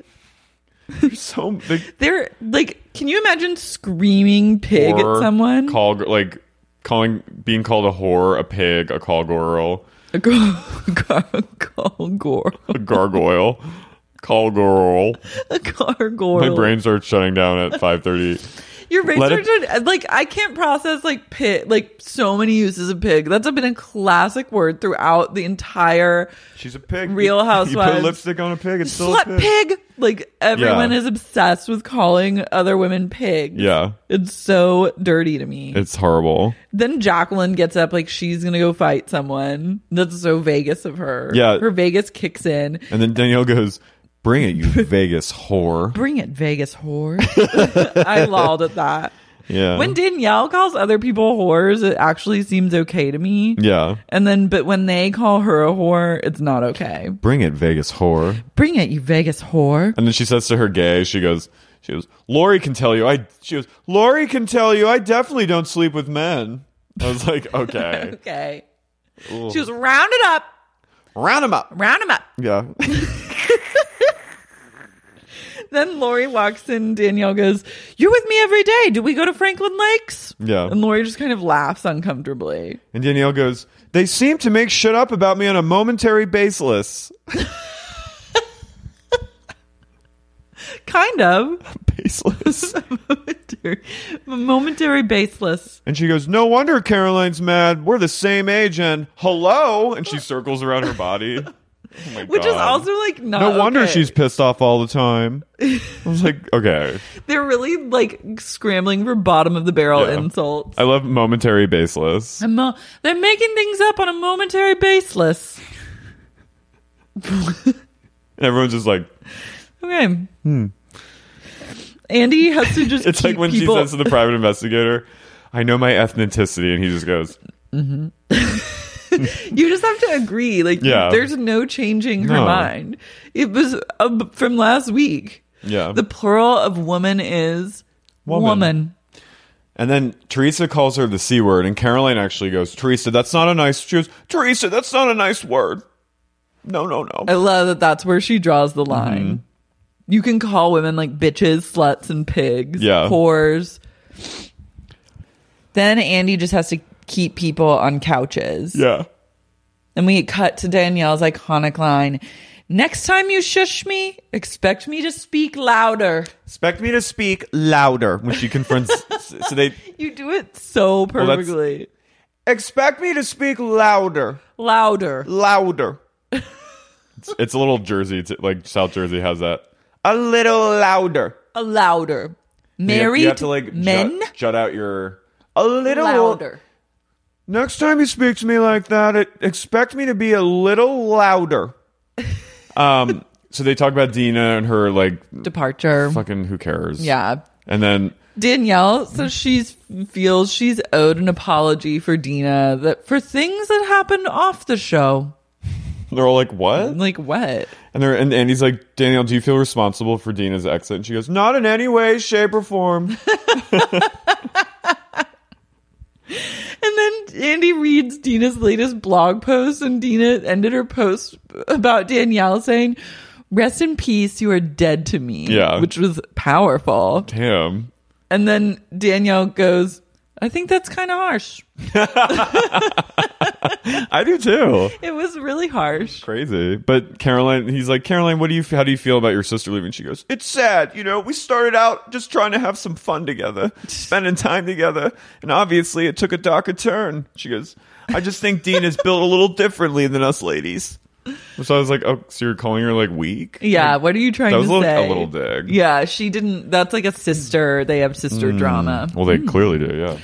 S2: so the
S1: They're like, can you imagine screaming pig at
S2: whore,
S1: someone?
S2: Call like calling being called a whore, a pig, a call girl.
S1: A gar- gar- gargoyle.
S2: a gargoyle call girl
S1: A gargoyle.
S2: my brain starts shutting down at 5.30
S1: Your rates
S2: Let
S1: are
S2: it-
S1: turned- like I can't process like pig like so many uses of pig. That's been a classic word throughout the entire
S2: She's a pig.
S1: Real
S2: You put
S1: Housewives.
S2: lipstick on a pig. It's still a
S1: slut
S2: pig.
S1: pig. Like everyone
S2: Yeah.
S1: is obsessed with calling other women pigs.
S2: Yeah,
S1: It's so dirty to me.
S2: it's horrible.
S1: then Jacqueline gets up like she's gonna go fight someone. That's so Vegas of her.
S2: Yeah.
S1: Her Vegas kicks in.
S2: And then Danielle goes, "Bring it, you Vegas whore."
S1: Bring it, Vegas whore. I lolled at that.
S2: Yeah.
S1: When Danielle calls other people whores, it actually seems okay to me.
S2: yeah.
S1: And then, but when they call her a whore, it's not okay.
S2: Bring it, Vegas whore.
S1: Bring it, you Vegas whore.
S2: And then she says to her gay, she goes, she goes, Lori can tell you. I she goes, Lori can tell you. I definitely don't sleep with men. I was like, okay,
S1: Okay. She was rounded up.
S2: round him up.
S1: Round him up.
S2: Yeah,
S1: Then Lori walks in. Danielle goes, You're with me every day. Do we go to Franklin Lakes?
S2: Yeah.
S1: And Lori just kind of laughs uncomfortably.
S2: and Danielle goes, they seem to make shit up about me on a momentary basis.
S1: Kind of.
S2: Baseless.
S1: momentary, momentary baseless.
S2: And she goes, no wonder Caroline's mad. We're the same age. And hello, and she circles around her body. Oh my
S1: Which is
S2: God.
S1: also like not.
S2: No wonder
S1: okay.
S2: she's pissed off all the time. I was like, okay.
S1: They're really like scrambling for bottom of the barrel
S2: Yeah.
S1: insults.
S2: I love momentary baseless.
S1: A mo- they're making things up on a momentary basis.
S2: And everyone's just like,
S1: Okay. Andy has to just.
S2: it's like
S1: keep
S2: when
S1: people-
S2: she says to the private investigator, I know my ethnicity. And he just goes,
S1: you just have to agree. Like,
S2: Yeah.
S1: there's no changing her
S2: No.
S1: mind. It was uh, from last week.
S2: yeah.
S1: The plural of woman is
S2: Woman.
S1: woman.
S2: and then Teresa calls her the C word. And Caroline actually goes, Teresa, that's not a nice. She goes, Teresa, that's not a nice word. No, no,
S1: I
S2: no.
S1: love that. That's where she draws
S2: Mm-hmm.
S1: the line. You can call women like bitches, sluts, and pigs.
S2: Yeah.
S1: whores. Then Andy just has to keep people on couches.
S2: Yeah.
S1: And we cut to Danielle's iconic line Next time you shush me, expect me to speak louder.
S2: Expect me to speak louder when she confronts. so they
S1: You do it so
S2: that's-
S1: perfectly.
S2: expect me to speak louder,
S1: louder.
S2: louder. it's, it's a little Jersey, t- like South Jersey has that. A little louder.
S1: A louder.
S2: You have-
S1: Married
S2: you have to, like, jut-
S1: men
S2: Jut, out your a little
S1: louder.
S2: Next time you speak to me like that, it, expect me to be a little louder. um. So they talk about Dina and her like
S1: Departure.
S2: fucking who cares.
S1: Yeah.
S2: And then
S1: Danielle says she feels she's owed an apology for Dina that for things that happened off the show.
S2: they're all like, "What?"
S1: Like what?
S2: And they're and Andy's like, "Danielle, do you feel responsible for Dina's exit?" And she goes, "Not in any way, shape, or form."
S1: And then Andy reads Dina's latest blog post, and Dina ended her post about Danielle saying, Rest in peace, you are dead to me.
S2: Yeah.
S1: Which was powerful.
S2: Damn.
S1: And then Danielle goes, I think that's kind of harsh.
S2: I do too.
S1: It was really harsh.
S2: Crazy. But Caroline, he's like, Caroline, what do you? How do you feel about your sister leaving? She goes, It's sad. You know, we started out just trying to have some fun together, spending time together, and obviously it took a darker turn. She goes, I just think Dean is built a little differently than us ladies. So I was like, Oh, so you're calling her like weak?
S1: Yeah. What are you trying
S2: That was
S1: to
S2: a little-
S1: say?
S2: a little dig.
S1: Yeah. She didn't. That's like a sister. They have
S2: Mm.
S1: sister drama.
S2: Well, they clearly do. Yeah.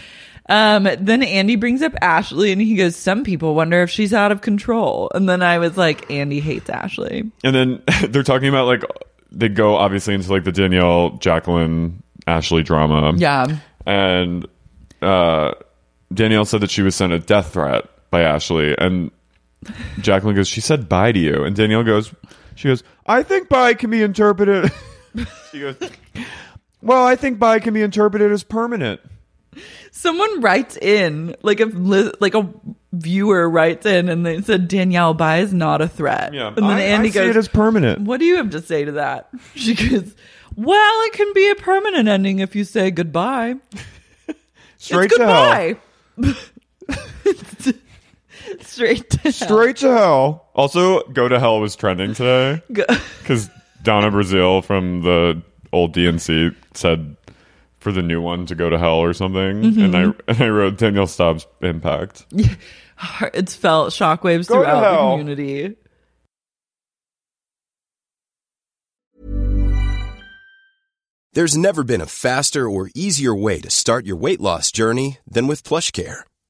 S1: Um, then Andy brings up Ashley and he goes, Some people wonder if she's out of control. And then I was like, Andy hates Ashley.
S2: And then they're talking about like they go obviously into like the Danielle, Jacqueline, Ashley drama.
S1: Yeah.
S2: and uh, Danielle said that she was sent a death threat by Ashley, and Jacqueline goes, "She said bye to you," and Danielle goes, "She goes, I think bye can be interpreted." she goes, "Well, I think bye can be interpreted as permanent."
S1: Someone writes in, like a li- like a viewer writes in, and they said Danielle Bai is not a threat.
S2: Yeah,
S1: and then
S2: I,
S1: Andy
S2: I see
S1: goes,
S2: it as permanent.
S1: "What do you have to say to that?" She goes, "Well, it can be a permanent ending if you say goodbye.
S2: Straight
S1: it's
S2: to hell.
S1: goodbye. Straight to hell.
S2: Straight to hell. Also, go to hell was trending today
S1: Go-
S2: because Donna Brazil from the old DNC said.
S4: for the new one to go to hell or something. And I and I wrote Danielle Staub's impact.
S1: It's felt shockwaves
S4: Go to
S1: throughout the
S4: hell.
S1: community.
S5: There's never been a faster or easier way to start your weight loss journey than with PlushCare.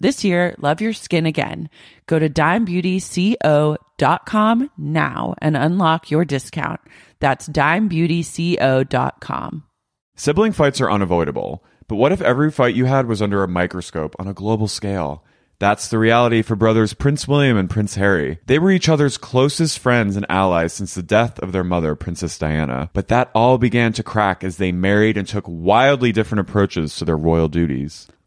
S3: This year, love your skin again. Go to dimebeautyco.com now and unlock your discount. That's dimebeautyco.com.
S2: Sibling fights are unavoidable, but what if every fight you had was under a microscope on a global scale? That's the reality for brothers Prince William and Prince Harry. They were each other's closest friends and allies since the death of their mother, Princess Diana, but that all began to crack as they married and took wildly different approaches to their royal duties.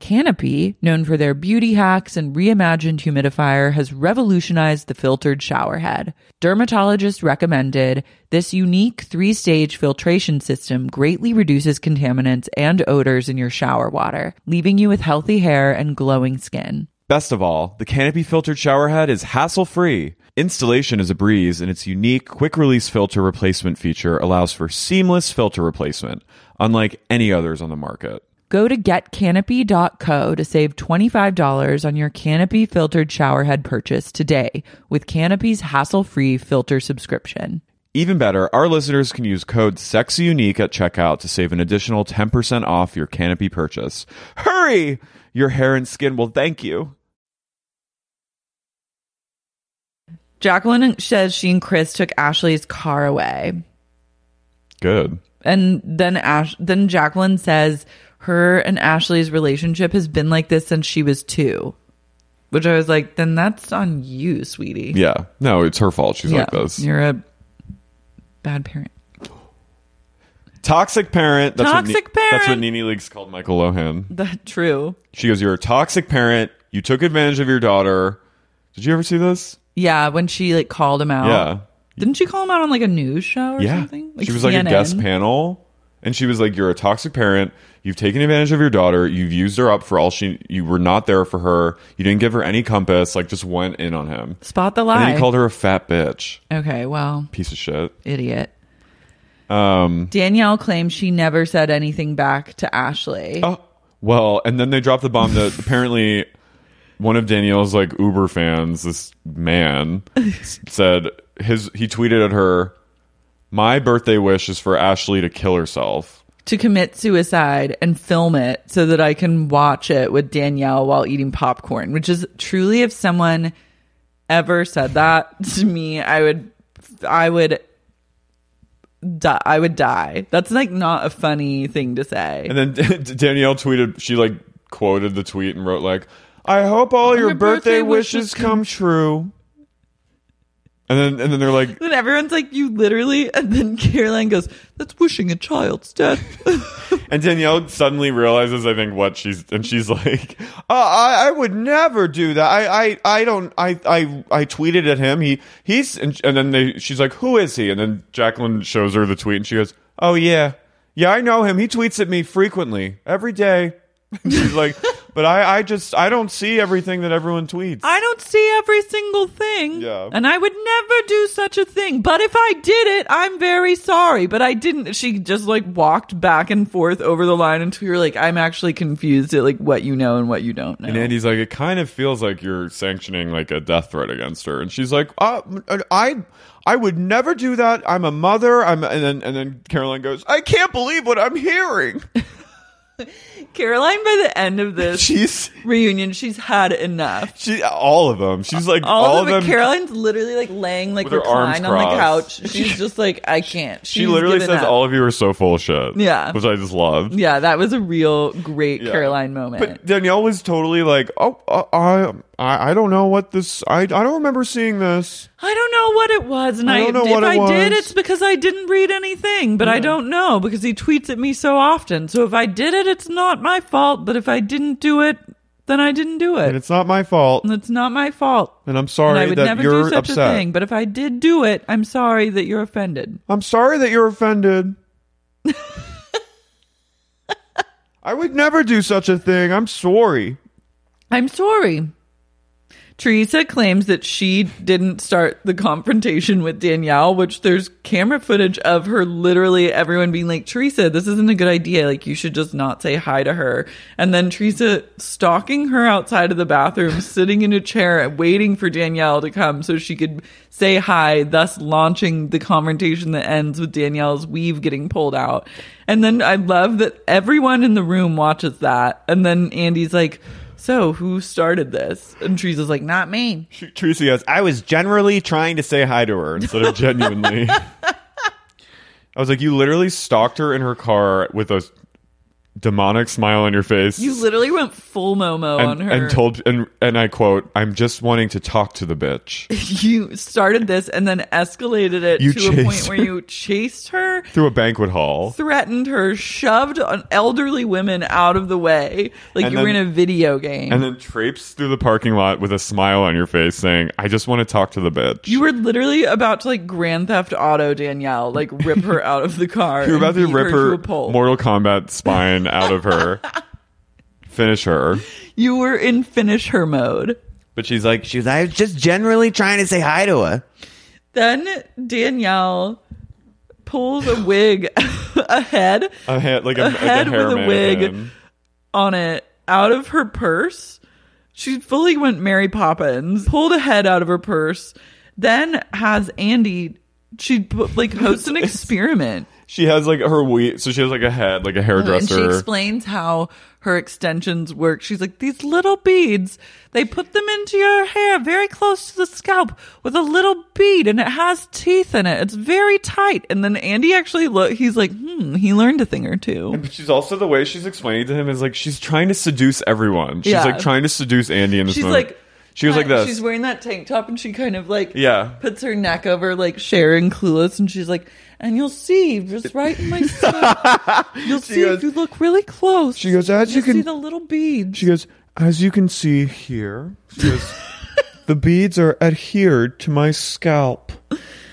S1: Canopy, known for their beauty hacks and reimagined humidifier, has revolutionized the filtered showerhead. Dermatologists recommended this unique three stage filtration system greatly reduces contaminants and odors in your shower water, leaving you with healthy hair and glowing skin.
S2: Best of all, the Canopy filtered showerhead is hassle free. Installation is a breeze, and its unique quick release filter replacement feature allows for seamless filter replacement, unlike any others on the market.
S1: Go to getcanopy.co to save $25 on your Canopy filtered showerhead purchase today with Canopy's hassle free filter subscription.
S2: Even better, our listeners can use code SEXYUNIQUE at checkout to save an additional 10% off your Canopy purchase. Hurry! Your hair and skin will thank you.
S1: Jacqueline says she and Chris took Ashley's car away.
S2: Good.
S1: And then Ash then Jacqueline says her and Ashley's relationship has been like this since she was two. Which I was like, then that's on you, sweetie.
S2: Yeah. No, it's her fault. She's like
S1: Yeah,
S2: this.
S1: You're a bad parent.
S2: Toxic parent. That's what
S1: Toxic parent.
S2: That's what Nene Leakes called Michael Lohan.
S1: That true.
S2: She goes, You're a toxic parent. You took advantage of your daughter. Did you ever see this?
S1: Yeah, when she like called him out.
S2: Yeah.
S1: Didn't she call him out on like a news show or
S2: yeah.
S1: something?
S2: she was like a
S1: CNN?
S2: guest panel. And she was like, "You're a toxic parent. You've taken advantage of your daughter. You've used her up for all she. You were not there for her. You didn't give her any compass. Like, just went in on him.
S1: Spot the
S2: And then
S1: lie.
S2: he called her a fat bitch,
S1: okay, well,
S2: piece of shit.
S1: idiot.
S2: Um.
S1: Danielle claims she never said anything back to Ashley.
S2: Oh, well, and then they dropped the bomb that apparently one of Danielle's like Uber fans, this man, s- said his he tweeted at her, "My birthday wish is for Ashley to kill herself."
S1: to commit suicide and film it so that I can watch it with Danielle while eating popcorn, which is truly if someone ever said that to me, I would I would die I would die. That's like not a funny thing to say.
S2: And then D- Danielle tweeted, she like quoted the tweet and wrote like, "I hope all your, birthday,
S1: birthday wishes
S2: wishes come true." And then and then they're like,
S1: Then everyone's like, you literally, and then Caroline goes, that's wishing a child's death.
S2: And Danielle suddenly realizes, I think, what she's and she's like, uh, I, I would never do that. I, I, I don't. I, I, I tweeted at him. He, he's, and, and then they, she's like, who is he? And then Jacqueline shows her the tweet, and she goes, Oh yeah, yeah, I know him. He tweets at me frequently, every day. And she's like, But I, I just, I don't see everything that everyone tweets.
S1: I don't see every single thing.
S2: Yeah.
S1: And I would never do such a thing. But if I did it, I'm very sorry. But I didn't. She just like walked back and forth over the line until you're like, I'm actually confused at like what you know and what you don't know.
S2: And Andy's like, it kind of feels like you're sanctioning like a death threat against her. And she's like, uh, I, I would never do that. I'm a mother. I'm, and then, and then Caroline goes, I can't believe what I'm hearing.
S1: Caroline, by the end of this
S2: She's,
S1: reunion, she's had enough.
S2: she, all of them. She's like,
S1: All, of, them,
S2: them.
S1: Caroline's literally like laying like
S2: With her arms
S1: reclined on the
S2: crossed.
S1: couch. She's just like, I can't.
S2: she
S1: She's
S2: literally
S1: given
S2: says,
S1: up.
S2: all of you are so full of shit.
S1: Yeah.
S2: Which I just loved.
S1: Yeah, that was a real great
S2: Yeah.
S1: Caroline moment.
S2: But Danielle was totally like, oh, uh, I, I, I don't know what this, I, I don't remember seeing this.
S1: I don't know what it was, and
S2: I
S1: I,
S2: don't know
S1: if
S2: what it
S1: I did,
S2: was.
S1: it's because I didn't read anything. But I don't know because he tweets at me so often. So if I did it, it's not my fault. But if I didn't do it, then I didn't do
S2: And
S1: it.
S2: it's not my fault.
S1: And it's not my fault.
S2: And I'm
S1: and I
S2: sorry
S1: would
S2: that
S1: never
S2: you're
S1: do such
S2: upset.
S1: a thing. But if I did do it, I'm sorry that you're offended.
S2: I'm sorry that you're offended. I would never do such a thing. I'm sorry.
S1: I'm sorry. Teresa claims that she didn't start the confrontation with Danielle, which there's camera footage of her literally everyone being like, Teresa, this isn't a good idea. Like, you should just not say hi to her. And then Teresa stalking her outside of the bathroom, sitting in a chair and waiting for Danielle to come so she could say hi, thus launching the confrontation that ends with Danielle's weave getting pulled out. And then I love that everyone in the room watches that. And then Andy's like, so who started this? And Teresa's like, not me.
S2: Tracy goes, I was generally trying to say hi to her instead of genuinely. I was like, you literally stalked her in her car with a demonic smile on your face.
S1: You literally went full Momo on
S2: and,
S1: her.
S2: and told and and I quote, I'm just wanting to talk to the bitch
S1: you started this and then escalated it
S2: You
S1: to a point
S2: chased
S1: where
S2: her.
S1: you chased her,
S2: through a banquet hall.
S1: threatened her, shoved an elderly women out of the way like
S2: And
S1: you were in
S2: then-
S1: a video game.
S2: And then traipsed through the parking lot with a smile on your face saying, I just want to talk to the bitch.
S1: you were literally about to like Grand Theft Auto Danielle, like rip her out of the car.
S2: You're about
S1: and
S2: to
S1: beat
S2: rip
S1: her, to
S2: her
S1: a pulp.
S2: Mortal Kombat spine out of her, finish her.
S1: you were in finish her mode.
S2: But she's like, she's
S6: I was just generally trying to say hi to her.
S1: Then Danielle pulls a wig, a head
S2: a head, like
S1: A
S2: a, like a
S1: head
S2: hair
S1: with a wig.
S2: mannequin.
S1: on it out of her purse. She fully went Mary Poppins, pulled a head out of her purse, then has Andy. She put, like hosts an experiment.
S2: She has like her wheat, so she has like a head, like a hairdresser.
S1: Uh-huh, And she explains how her extensions work. She's like, these little beads, they put them into your hair very close to the scalp with a little bead and it has teeth in it. It's very tight. And then Andy actually look, he's like, hmm, he learned a thing or two.
S2: But she's also the way she's explaining to him is like she's trying to seduce everyone. She's
S1: Yeah.
S2: like trying to seduce Andy in this
S1: She's
S2: moment.
S1: like,
S2: she was like this.
S1: She's wearing that tank top and she kind of like,
S2: yeah.
S1: puts her neck over like Sharon Clueless, and she's like, "And you'll see, just right in my scalp. You'll see
S2: goes-
S1: if you look really close.
S2: She goes, "As you
S1: You'll
S2: can-
S1: see the little beads."
S2: She goes, as you can see here, she goes, the beads are adhered to my scalp.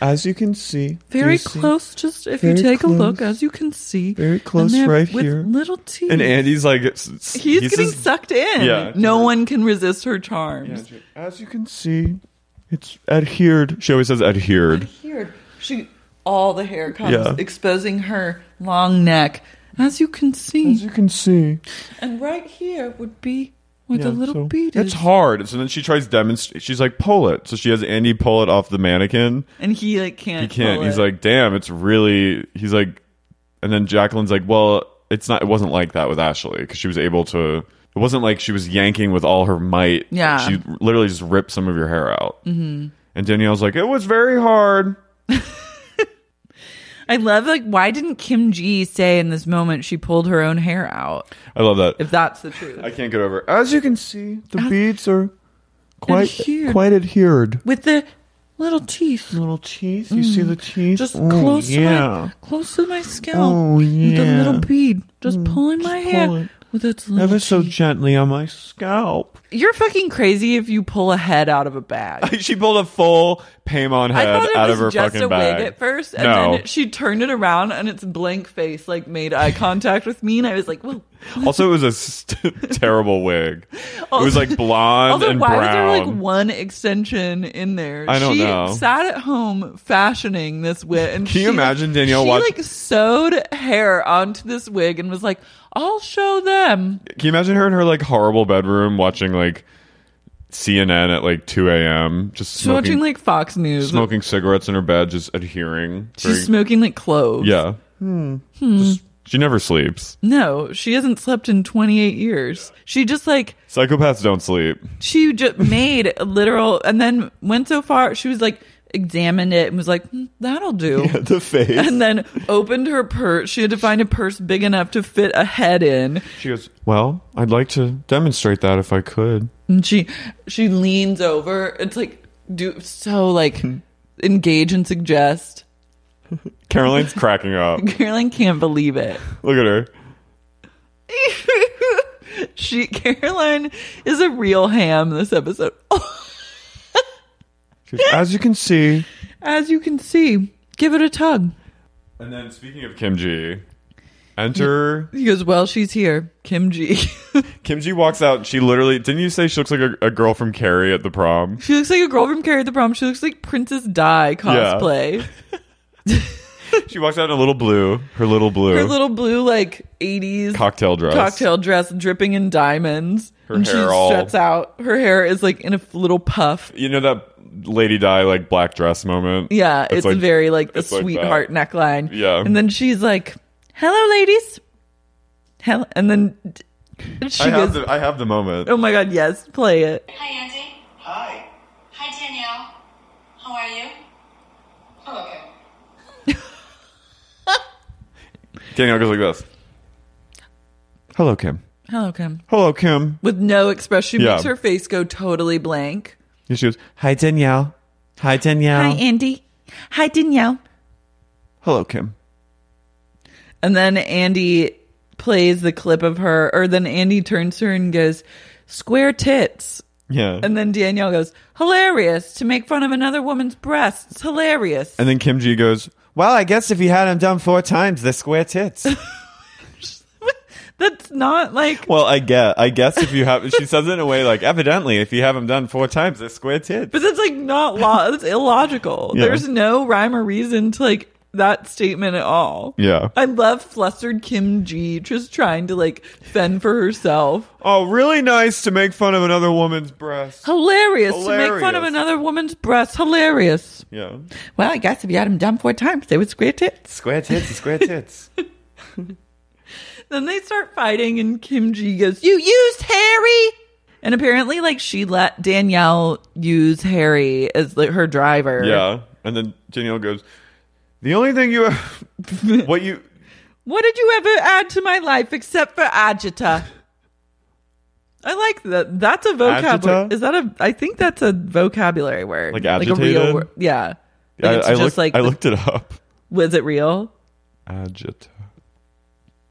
S2: as you can see, do
S1: Very
S2: you see?
S1: close, just if you
S2: Very
S1: take a look,
S2: close.
S1: as you can see.
S2: Very
S1: And
S2: close
S1: they're
S2: right
S1: with
S2: here.
S1: Little teeth.
S2: And Andy's like, s- s-
S1: He's
S2: he
S1: getting
S2: says-
S1: sucked in.
S2: Yeah.
S1: no one can resist her charms.
S2: As you can see, it's adhered. She always says adhered.
S1: Here, she all the hair comes
S2: Yeah.
S1: exposing her long neck, as you can see.
S2: As you can see,
S1: and right here would be where the
S2: Yeah,
S1: little
S2: so-
S1: bead is.
S2: It's hard. So then she tries demonstrate. She's like, pull it. So she has Andy pull it off the mannequin.
S1: And he like can't.
S2: He can't.
S1: pull
S2: He's
S1: it.
S2: like, damn, it's really. He's like, and then Jacqueline's like, well, it's not. It wasn't like that with Ashley because she was able to. It wasn't like she was yanking with all her might.
S1: Yeah.
S2: she literally just ripped some of your hair out. Mm-hmm. And Danielle's like, it was very hard.
S1: I love like why didn't Kim G say in this moment she pulled her own hair out?
S2: I love that.
S1: If that's the truth.
S2: I can't get over. it. As you can see, the beads are quite
S1: Adhered.
S2: quite adhered.
S1: With the little teeth.
S2: Little teeth. You see the teeth.
S1: Just
S2: Oh,
S1: close to
S2: Yeah.
S1: my close to my scalp.
S2: Oh,
S1: With a
S2: yeah. Mm,
S1: little bead. Just pulling my
S2: pull
S1: hair
S2: it.
S1: with its little
S2: Ever so
S1: teeth.
S2: gently on my scalp.
S1: You're fucking crazy if you pull a head out of a bag.
S2: She pulled a full Paimon
S1: I
S2: head
S1: thought it
S2: out
S1: was
S2: of her
S1: just
S2: fucking
S1: a
S2: bag.
S1: wig at first, and
S2: no.
S1: then she turned it around, and its blank face like made eye contact with me, and I was like, "Whoa!"
S2: also, it was a st- terrible wig. it was
S1: Also-
S2: like blonde
S1: Also,
S2: and
S1: why was there
S2: brown.
S1: like one extension in there?
S2: I don't
S1: she
S2: know.
S1: Sat at home fashioning this wig, and
S2: Can you
S1: she,
S2: imagine
S1: like,
S2: Danielle
S1: She
S2: watch-
S1: like sewed hair onto this wig and was like, "I'll show them."
S2: Can you imagine her in her like horrible bedroom watching like CNN at like 2 a.m. Just
S1: She's watching
S2: smoking,
S1: like Fox News.
S2: smoking cigarettes in her bed, just adhering.
S1: She's
S2: Very-
S1: smoking like cloves.
S2: Yeah. Hmm. Just- she never sleeps.
S1: No, she hasn't slept in 28 years. She just like
S2: Psychopaths don't sleep.
S1: she just made a literal and then went so far she was like examined it and was like "Hmm, that'll do
S2: the face.
S1: and then opened her purse she had to find a purse big enough to fit a head in
S2: She goes, Well, I'd like to demonstrate that if I could.
S1: and she she leans over it's like do so like
S2: Hmm.
S1: engage and suggest
S2: Caroline's cracking up.
S1: caroline can't believe it
S2: Look at her.
S1: she caroline is a real ham this episode
S2: She goes, As you can see.
S1: as you can see give it a tug
S2: And then speaking of Kim Ji, enter.
S1: he goes well she's here kim g
S2: Kim Ji walks out. and She literally, didn't you say she looks like a, a girl from Carrie at the prom?
S1: She looks like a girl from Carrie the Prom. She looks like Princess Di cosplay.
S2: She walks out in a little blue, her little blue
S1: Her little blue like eighties
S2: cocktail dress.
S1: cocktail dress dripping in diamonds.
S2: Her
S1: and she
S2: hair all-
S1: struts out. Her hair is like in a f- little puff.
S2: You know that Lady Di, like black dress moment?
S1: Yeah, it's,
S2: like-
S1: very like the
S2: it's like that.
S1: sweetheart neckline.
S2: Yeah.
S1: and then she's like, "Hello, ladies." Hello, and then and she
S2: I have,
S1: goes,
S2: the, I have the moment.
S1: "Oh my god, yes, play it."
S7: Hi, Andy. Hi. Hi, Danielle. How are you? I'm okay.
S2: Danielle goes like this Hello, Kim.
S1: Hello, Kim.
S2: Hello, Kim.
S1: With no expression, she
S2: Yeah.
S1: makes her face go totally blank.
S2: And she goes,
S8: Hi, Danielle. Hi, Danielle.
S1: Andy. Hi, Danielle.
S2: Hello, Kim.
S1: And then Andy plays the clip of her, or then Andy turns to her and goes, Square tits.
S2: Yeah.
S1: And then Danielle goes, Hilarious to make fun of another woman's breasts. Hilarious.
S2: And then Kim Ji goes,
S8: Well, I guess if you had him done four times, the square tits.
S1: That's not like.
S2: "Well, I get. I guess if you have," she says it in a way like, "Evidently, if you have them done four times, they're square tits."
S1: But that's like not law. That's illogical.
S2: Yeah.
S1: There's no rhyme or reason to like that statement at all.
S2: Yeah.
S1: I love flustered Kim G just trying to like fend for herself.
S2: Oh, really nice to make fun of another woman's breast.
S1: Hilarious, to make fun of
S2: Hilarious.
S1: another woman's breasts. Hilarious.
S2: Yeah.
S1: Well, I guess if you had them done four times, they would square tits.
S8: square tits, square tits.
S1: Then they start fighting, and Kim Ji goes, You used Harry! And apparently, like, she let Danielle use Harry as like, her driver.
S2: Yeah. And then Danielle goes, "The only thing you, what you,
S1: What did you ever add to my life except for agita? I like that. That's a vocabulary.
S2: Agita?
S1: Is that a? I think that's a vocabulary word.
S2: Like
S1: a real
S2: agitated?
S1: word. Yeah. Like,
S2: I,
S1: it's
S2: I
S1: just
S2: looked,
S1: like,
S2: I
S1: the-
S2: looked it up.
S1: was it real?
S2: Agita.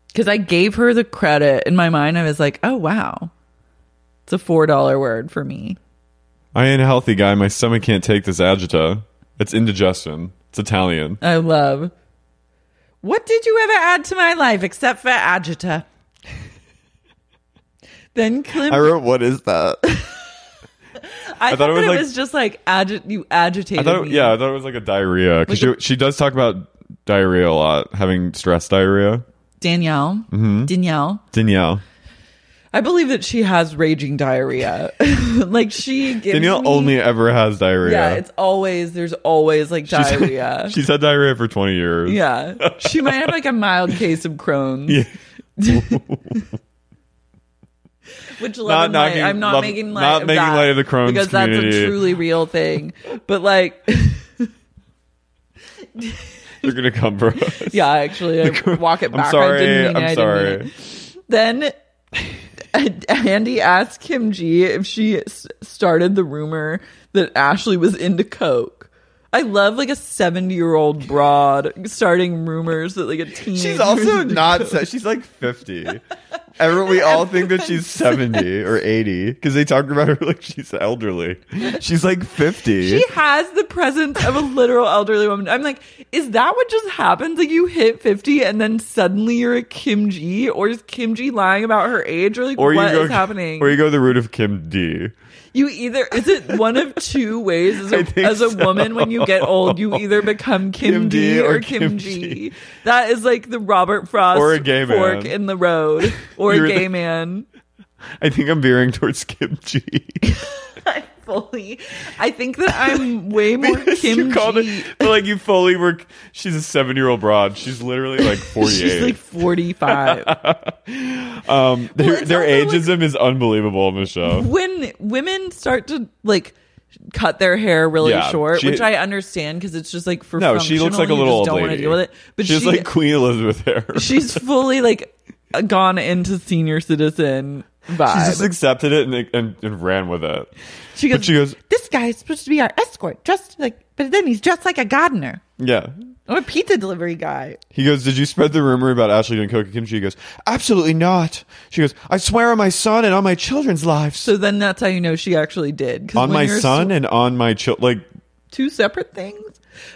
S1: because I gave her the credit in my mind. I was like, oh wow, it's a four dollar word for me.
S2: I ain't a healthy guy. My stomach can't take this agita. It's indigestion. It's Italian.
S1: I love.
S9: What did you ever add to my life except for agita?
S1: Then Clem,
S2: I wrote, what is that?
S1: I,
S2: thought
S1: thought,
S2: it was
S1: that it
S2: like-
S1: was just like agi- you agitated
S2: I thought,
S1: me.
S2: it, yeah, I thought it was like a diarrhea because she, she does talk about diarrhea a lot, having stress diarrhea.
S1: Danielle,
S2: Mm-hmm.
S1: Danielle.
S2: Danielle.
S1: I believe that she has raging diarrhea. like she gives
S2: Danielle
S1: me-
S2: only ever has diarrhea.
S1: yeah. It's always there's always like
S2: She's-
S1: diarrhea.
S2: she's had diarrhea for 20 years.
S1: yeah, she might have like a mild case of Crohn's. Which love
S2: Not
S1: and light-
S2: knocking-
S1: I'm not
S2: love-
S1: making light
S2: not
S1: of
S2: making
S1: that
S2: light of the Crohn's
S1: because that's
S2: community.
S1: a truly real thing. But like,
S2: You're going to come for us.
S1: yeah, actually, I walk it back.
S2: I'm
S1: I didn't
S2: sorry.
S1: mean it, I
S2: I'm
S1: didn't mean
S2: sorry.
S1: it. Then Andy asked Kim G if she s- started the rumor that Ashley was into coke. I love like a 70 year old broad starting rumors that like a teen.
S2: She's also not. se- She's like fifty. Everyone, we all think that she's seventy or eighty because they talk about her like she's elderly. She's like fifty.
S1: She has the presence of a literal elderly woman. I'm like, is that what just happens? Like you hit 50 and then suddenly you're a Kim G, or is Kim G lying about her age, or like what is happening?
S2: Or you go the route of Kim D.
S1: You either is it one of two ways as
S2: I
S1: a,
S2: think
S1: as a
S2: so.
S1: woman when you get old, you either become Kim, D, or Kim, G. That is like the Robert Frost
S2: Or a gay
S1: fork
S2: man.
S1: in the road or
S2: You're
S1: a
S2: the-
S1: gay man.
S2: I think I'm veering towards Kim G.
S1: I fully I think that I'm way more Kim
S2: you called
S1: G.
S2: it but, like you fully were. She's a seven year old broad. She's literally like forty
S1: She's like
S2: eight.
S1: 45.
S2: um, their
S1: it's
S2: their
S1: also,
S2: ageism is unbelievable on the show.
S1: when women start to like cut their hair really
S2: Yeah,
S1: short,
S2: she-
S1: which I understand because it's just like for
S2: No, she looks
S1: functional,
S2: like a
S1: you
S2: little
S1: just
S2: old
S1: don't want
S2: lady.
S1: to deal with it. But
S2: she's
S1: she,
S2: like Queen Elizabeth hair.
S1: she's fully like gone into senior citizen
S2: She
S1: vibe.
S2: just accepted it and, and, and ran with it.
S9: She
S2: But she goes,
S9: This guy is supposed to be our escort, dressed like, but then he's dressed like a gardener
S2: yeah.
S9: or a pizza delivery guy.
S2: He goes, did you spread the rumor about Ashley doing coke and kimchi? He goes, absolutely not. She goes, I swear on my son and on my children's lives.
S1: so then that's how you know she actually did. 'Cause
S2: on
S1: when
S2: my
S1: you're
S2: son and on my child. Like,
S1: two separate things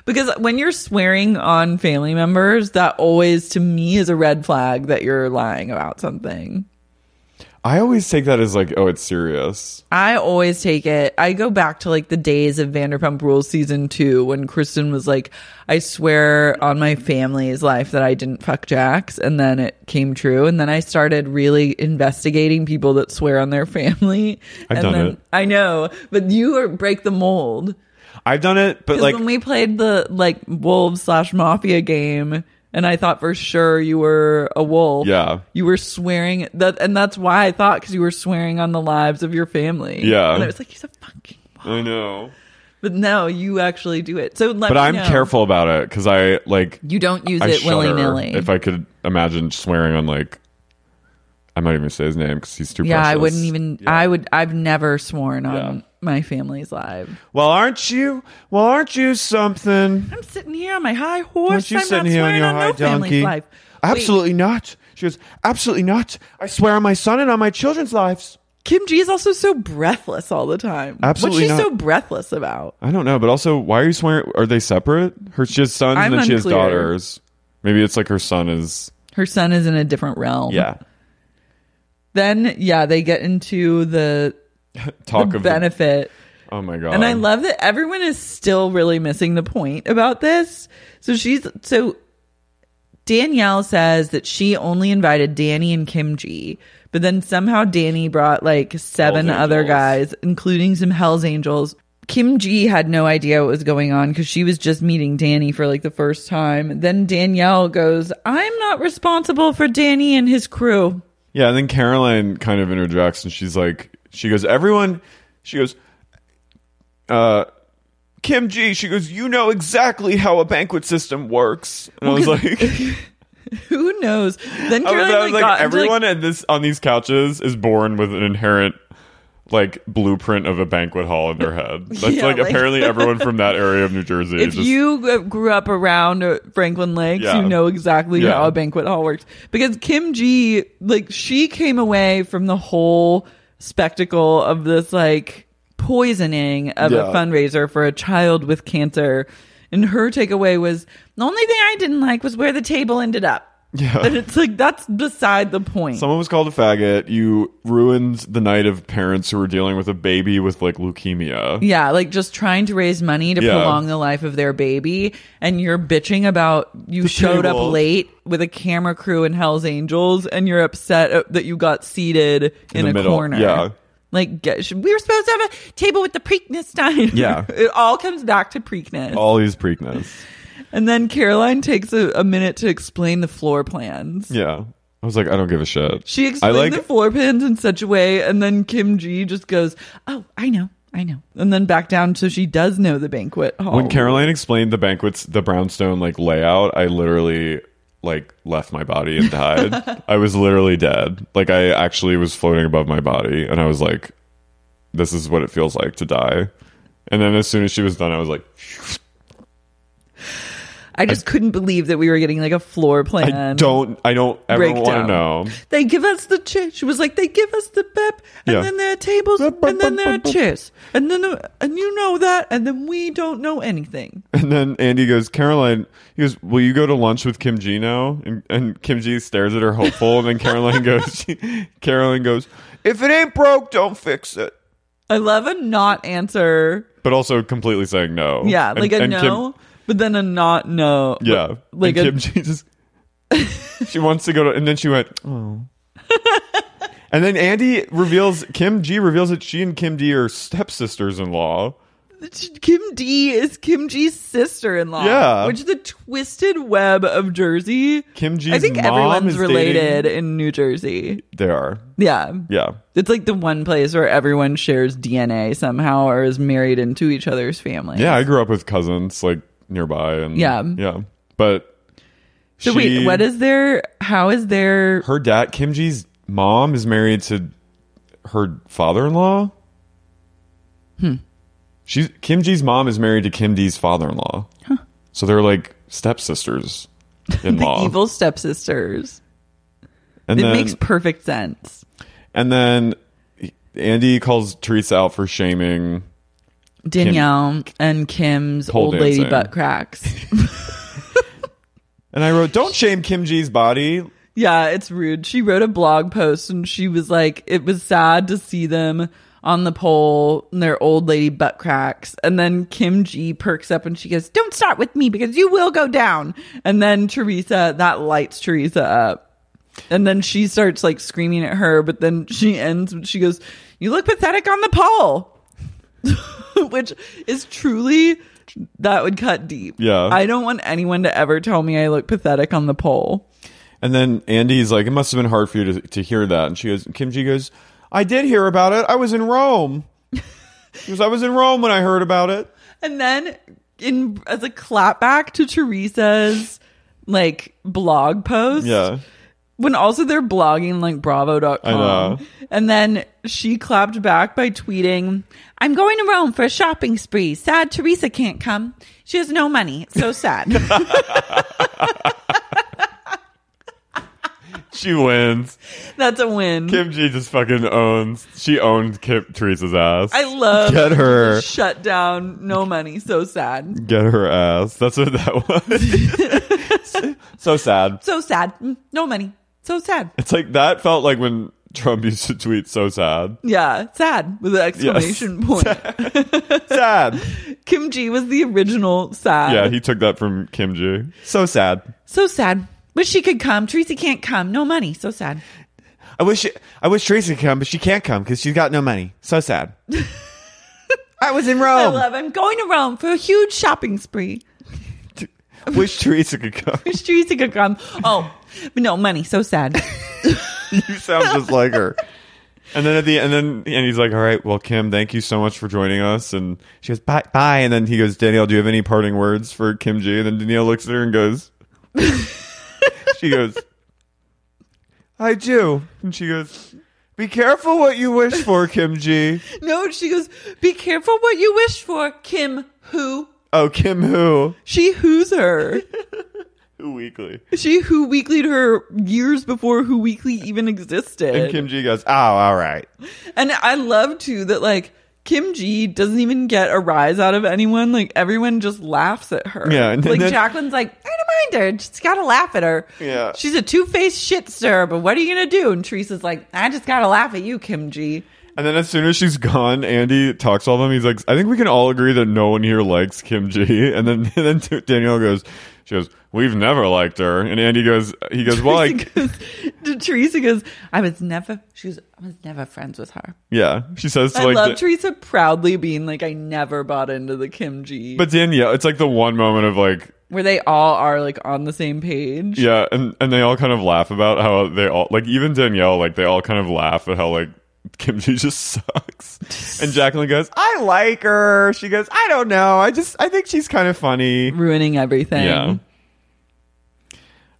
S1: because when you're swearing on family members that always to me is a red flag that you're lying about something
S2: I always take that as like, oh, it's serious.
S1: i always take it i go back to like the days of vanderpump rules season two when kristen was like i swear on my family's life that i didn't fuck jax and then it came true and then i started really investigating people that swear on their family
S2: I've
S1: and
S2: done
S1: then
S2: it.
S1: i know but you are break the mold
S2: I've done it, but
S1: Because
S2: like,
S1: when we played the like wolves slash mafia game, and I thought for sure you were a wolf.
S2: Yeah.
S1: you were swearing that, and that's why I thought because you were swearing on the lives of your family.
S2: Yeah.
S1: and I was like, he's a fucking. Wolf.
S2: I know.
S1: But no, you actually do it. So let
S2: But
S1: me
S2: I'm
S1: know.
S2: careful about it because I like,
S1: You don't use
S2: I
S1: it willy nilly.
S2: If I could imagine swearing on like, I'm not even gonna say his name because he's too.
S1: yeah, I
S2: precious.
S1: wouldn't even. I would. I've never sworn on
S2: Yeah.
S1: my family's lives.
S2: Well, aren't you? Well, aren't you something?
S1: I'm sitting here on my high horse.
S2: Aren't you
S1: I'm
S2: sitting
S1: not
S2: here on
S1: swearing
S2: your
S1: on
S2: high
S1: no
S2: donkey?
S1: family's life. Wait.
S2: Absolutely not. She goes, absolutely not. I swear on my son and on my children's lives.
S1: Kim G is also so breathless all the time.
S2: Absolutely
S1: What's she
S2: not.
S1: so breathless about?
S2: I don't know, but also, why are you swearing? Are they separate? Her, she has sons
S1: I'm
S2: and then she has
S1: unclear.
S2: daughters. Maybe it's like her son is.
S1: Her son is in a different realm. Then yeah, they get into the,
S2: Talk
S1: the
S2: of the-
S1: benefit.
S2: oh my god!
S1: and I love that everyone is still really missing the point about this. So she's so Danielle says that she only invited Danny and Kim G, but then somehow Danny brought like seven
S2: Hells
S1: other
S2: Angels.
S1: guys, including some Hells Angels. Kim G had no idea what was going on because she was just meeting Danny for like the first time. Then Danielle goes, I'm not responsible for Danny and his crew.
S2: Yeah, and then Caroline kind of interjects and she's like, she goes, everyone, she goes, uh, Kim G, she goes, you know exactly how a banquet system works. And I was like,
S1: Who knows? Then
S2: I was,
S1: Caroline
S2: I was
S1: like,
S2: like,
S1: got into, like-
S2: everyone in this on these couches is born with an inherent like blueprint of a banquet hall in their head. That's
S1: Yeah,
S2: like,
S1: like-
S2: apparently everyone from that area of New Jersey.
S1: if
S2: just-
S1: you g- grew up around uh, Franklin Lakes,
S2: Yeah.
S1: you know exactly
S2: Yeah.
S1: how a banquet hall works. Because Kim G, like, she came away from the whole spectacle of this, like, poisoning of
S2: Yeah.
S1: a fundraiser for a child with cancer And her takeaway was the only thing I didn't like was where the table ended up.
S2: Yeah.
S1: And it's like that's beside the point.
S2: Someone was called a faggot. You ruined the night of parents who were dealing with a baby with like leukemia.
S1: yeah, like just trying to raise money to
S2: Yeah.
S1: prolong the life of their baby, and you're bitching about you showed
S2: table.
S1: up late with a camera crew and Hell's Angels, and you're upset uh, that you got seated
S2: In
S1: in,
S2: the
S1: a
S2: middle,
S1: corner.
S2: yeah.
S1: like get, should- we were supposed to have a table with the Preakness time.
S2: Yeah.
S1: it all comes back to Preakness.
S2: All these Preakness.
S1: And then Caroline takes a, a minute to explain the floor plans.
S2: Yeah. I was like, I don't give a shit.
S1: She
S2: I
S1: explained
S2: like
S1: the floor plans in such a way, and then Kim G just goes, "Oh, I know, I know," and then back down so she does know the banquet hall.
S2: when Caroline explained the banquets, the brownstone like layout. I literally like left my body and died. I was literally dead. Like I actually was floating above my body, and I was like, "This is what it feels like to die." And then as soon as she was done, I was like,
S1: I just couldn't believe that we were getting like a floor plan.
S2: "I don't, I don't ever want to
S1: breakdown.
S2: know."
S1: They give us the chair. She was like, they give us the pep, and
S2: Yeah.
S1: then there are tables,
S2: Bep, bep,
S1: and then there are
S2: bep, bep, bep.
S1: chairs, and then uh, and you know that, and then we don't know anything.
S2: And then Andy goes, Caroline, he goes, Will you go to lunch with Kim G now? And, and Kim G stares at her hopeful. And then Caroline goes, Caroline goes, If it ain't broke, don't fix it.
S1: I love a not answer.
S2: But also completely saying no.
S1: Yeah,
S2: Oh, And-
S1: like a
S2: and Kim-
S1: no, but then a not no. but
S2: yeah.
S1: like
S2: and
S1: a
S2: Kim G just, she wants to go to, and then she went, Oh. and then Andy reveals, Kim G reveals that she and Kim D are stepsisters in law.
S1: Kim D is Kim G's sister-in-law.
S2: Yeah.
S1: which is the twisted web of Jersey.
S2: Kim G's
S1: I think
S2: mom
S1: everyone's
S2: is
S1: related
S2: dating-
S1: in New Jersey.
S2: They are.
S1: Yeah.
S2: Yeah.
S1: It's like the one place where everyone shares DNA somehow or is married into each other's family.
S2: Yeah, I grew up with cousins like nearby, and
S1: Yeah.
S2: yeah. But
S1: So
S2: she-
S1: wait, what is their how is their
S2: her dad? Kim Ji's mom is married to her father-in-law. Hmm.
S1: Hmm.
S2: She's Kim Ji's mom is married to Kim D's father-in-law. So they're like stepsisters in
S1: the
S2: law.
S1: evil stepsisters?
S2: and
S1: it
S2: then,
S1: makes perfect sense.
S2: and then Andy calls Teresa out for shaming.
S1: Danielle and Kim's
S2: Pole
S1: old lady
S2: dancing.
S1: butt cracks.
S2: And I wrote, "Don't shame Kim Ji's body."
S1: Yeah, it's rude. She wrote a blog post and she was like, it was sad to see them on the pole and their old lady butt cracks. And then Kim G perks up and she goes, Don't start with me because you will go down. And then Teresa, that lights Teresa up. And then she starts like screaming at her, but then she ends, she goes, You look pathetic on the pole, which is truly. That would cut deep.
S2: Yeah.
S1: I don't want anyone to ever tell me I look pathetic on the pole.
S2: And then Andy's like, it must have been hard for you to, to hear that. And she goes, Kim G goes, I did hear about it. I was in Rome. Because I was in Rome when I heard about it.
S1: And then in as a clapback to Teresa's like blog post.
S2: Yeah.
S1: When also they're blogging like
S2: I know.
S1: bravo.com. And then she clapped back by tweeting, I'm going to Rome for a shopping spree. Sad Teresa can't come. She has no money. So sad.
S2: She wins.
S1: That's a win.
S2: Kim G just fucking owns. She owned Kim, Teresa's ass.
S1: I love
S2: Get her.
S1: shut down, no money, so sad.
S2: Get her ass. That's what that was. so sad.
S1: So sad. Mm, No money. So sad.
S2: It's like that felt like when Trump used to tweet, so sad.
S1: Yeah, sad with an exclamation point.
S2: Sad.
S1: Kim G was the original sad.
S2: yeah, he took that from Kim G. So sad.
S1: So sad. Wish she could come. Teresa can't come. No money. So sad.
S10: I wish I wish Tracy could come, but she can't come because she's got no money. So sad. I was in
S1: I
S10: Rome.
S1: love. I'm going to Rome for a huge shopping spree.
S2: Wish Teresa could come.
S1: Wish Teresa could come. Oh, but no money. So sad.
S2: you sound just like her. And then at the and then and he's like, "All right, well, Kim, thank you so much for joining us." And she goes, "Bye, bye." And then he goes, "Danielle, do you have any parting words for Kim G?" And then Danielle looks at her and goes, "She goes, I do." And she goes, "Be careful what you wish for, Kim G."
S1: no, she goes. Be careful what you wish for, Kim. Who?
S2: Oh, Kim, who?
S1: She who's her.
S2: Who weekly?
S1: She who weeklied her years before Who Weekly even existed.
S2: And Kim G goes, "Oh, all right."
S1: And I love too that like Kim G doesn't even get a rise out of anyone. Like everyone just laughs at her.
S2: Yeah, and
S1: like
S2: then-
S1: Jacqueline's like, I don't mind her. Just gotta laugh at her.
S2: Yeah.
S1: She's a two faced shit stir, but what are you gonna do? And Teresa's like, I just gotta laugh at you, Kim G.
S2: And then as soon as she's gone, Andy talks to all of them. He's like, I think we can all agree that no one here likes Kim G. And then, and then t- Danielle goes, she goes, we've never liked her. And Andy goes, he goes, well, I,
S1: Teresa goes, I was never she was I was never friends with her.
S2: yeah. She says to
S1: I
S2: like,
S1: love
S2: Da-
S1: Teresa proudly being like, I never bought into the Kim G.
S2: but Danielle, it's like the one moment of like,
S1: where they all are like on the same page.
S2: yeah. And, and they all kind of laugh about how they all, like even Danielle, like they all kind of laugh at how like Kim G just sucks. And Jacqueline goes, I like her. She goes, I don't know. I just, I think she's kind of funny.
S1: Ruining everything.
S2: Yeah.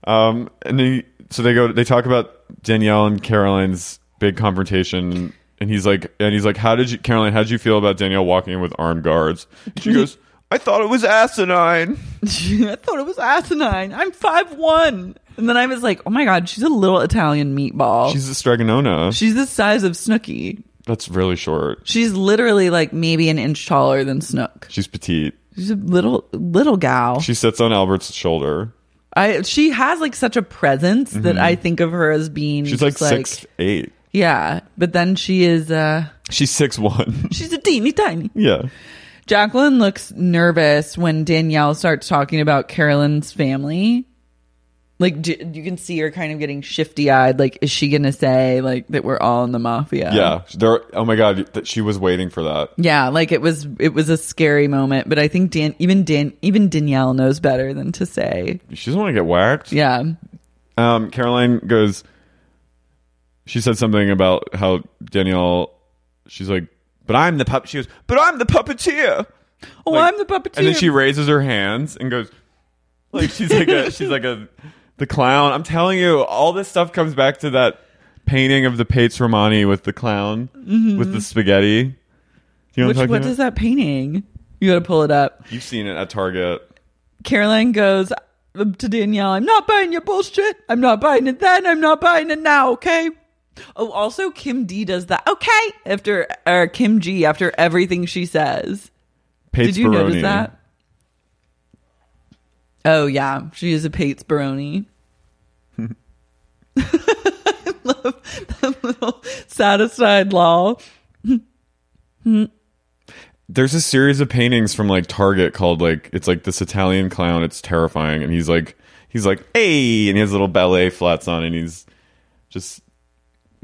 S2: Um, and they, so they go. They talk about Danielle and Caroline's big confrontation, and he's like, and he's like, "How did you, Caroline? How did you feel about Danielle walking in with armed guards?" And she goes, "I thought it was asinine."
S1: I thought it was asinine. I'm five one, and then I was like, oh my god, she's a little Italian meatball. She's,
S2: She's a stregonona.
S1: the size of Snooky.
S2: That's really short.
S1: She's literally like maybe an inch taller than Snook.
S2: She's petite.
S1: She's a little little gal.
S2: She sits on Albert's shoulder.
S1: I she has like such a presence that I think of her as being
S2: Mm-hmm. She's like
S1: just,
S2: six eight.
S1: yeah, but then she is uh
S2: She's six one.
S1: she's a teeny tiny.
S2: yeah.
S1: Jacqueline looks nervous when Danielle starts talking about Carolyn's family. Like d you can see her kind of getting shifty eyed. Like, is she gonna say like that we're all in the mafia?
S2: Yeah. There. Oh my god. That she was waiting for that.
S1: yeah. Like it was it was a scary moment, but I think Dan even Dan even Danielle knows better than to say
S2: She doesn't want to get whacked.
S1: yeah.
S2: Um, Caroline goes. She said something about how Danielle. She's like, but I'm the puppet. She goes, but I'm the puppeteer.
S1: Oh,
S2: Like-
S1: I'm the puppeteer.
S2: And then she raises her hands and goes, like she's like a she's like a the clown. I'm telling you, all this stuff comes back to that painting of the Pates Romani with the clown with the spaghetti. You know
S1: Mm-hmm. Which
S2: what I'm
S1: what
S2: talking
S1: is
S2: about?
S1: that painting? You gotta pull it up.
S2: You've seen it at Target.
S1: Caroline goes um, to Danielle, I'm not buying your bullshit. I'm not buying it then. I'm not buying it now, okay? Oh, also, Kim D does that, okay? After, or Kim G, after everything she says.
S2: Pates
S1: Did you
S2: Baroni.
S1: notice that? Oh, yeah. She is a Pates Baroni. I love that little satisfied lol.
S2: there's a series of paintings from like Target called like it's like this Italian clown. It's terrifying, and he's like he's like hey, and he has little ballet flats on, and he's just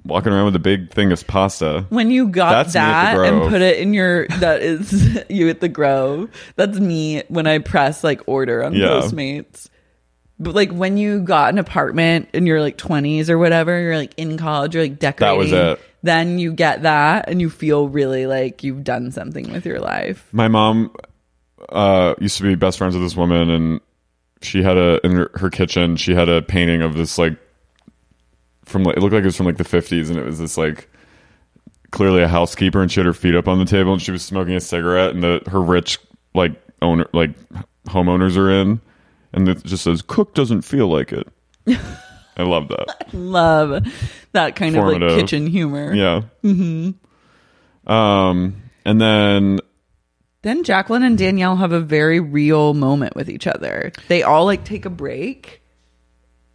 S2: walking around with a big thing of pasta.
S1: When you got
S2: That's me at
S1: that
S2: the
S1: and
S2: Grove.
S1: put it in your that is you at the Grove. That's me when I press like order on
S2: Yeah.
S1: Postmates. But like when you got an apartment in your like twenties or whatever, you're like in college, you're like decorating.
S2: was it.
S1: Then you get that and you feel really like you've done something with your life.
S2: My mom uh, used to be best friends with this woman, and she had a in her- her kitchen. She had a painting of this like from like it looked like it was from like the 50s, and it was this like clearly a housekeeper, and she had her feet up on the table, and she was smoking a cigarette, and the her rich like owner like homeowners are in, and it just says "Cook doesn't feel like it." I love that.
S1: Love that kind of
S2: Formative.
S1: like kitchen humor.
S2: Yeah. Mm-hmm. Um, and then
S1: Then Jacqueline and Danielle have a very real moment with each other. They all like take a break.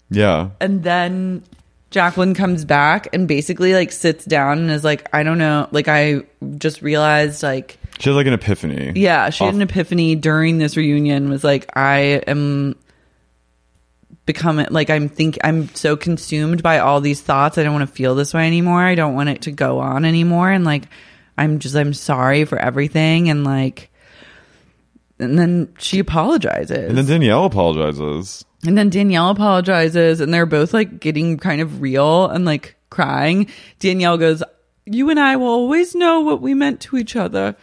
S2: yeah,
S1: and then Jacqueline comes back and basically like sits down and is like, I don't know, like I just realized like
S2: she had like an epiphany.
S1: yeah, she had an epiphany during this reunion was like, I am becoming like I'm think I'm so consumed by all these thoughts. I don't want to feel this way anymore. I don't want it to go on anymore. And like I'm just I'm sorry for everything and like and then she apologizes.
S2: And then Danielle apologizes.
S1: And then Danielle apologizes, and they're both like getting kind of real and like crying. Danielle goes, You and I will always know what we meant to each other.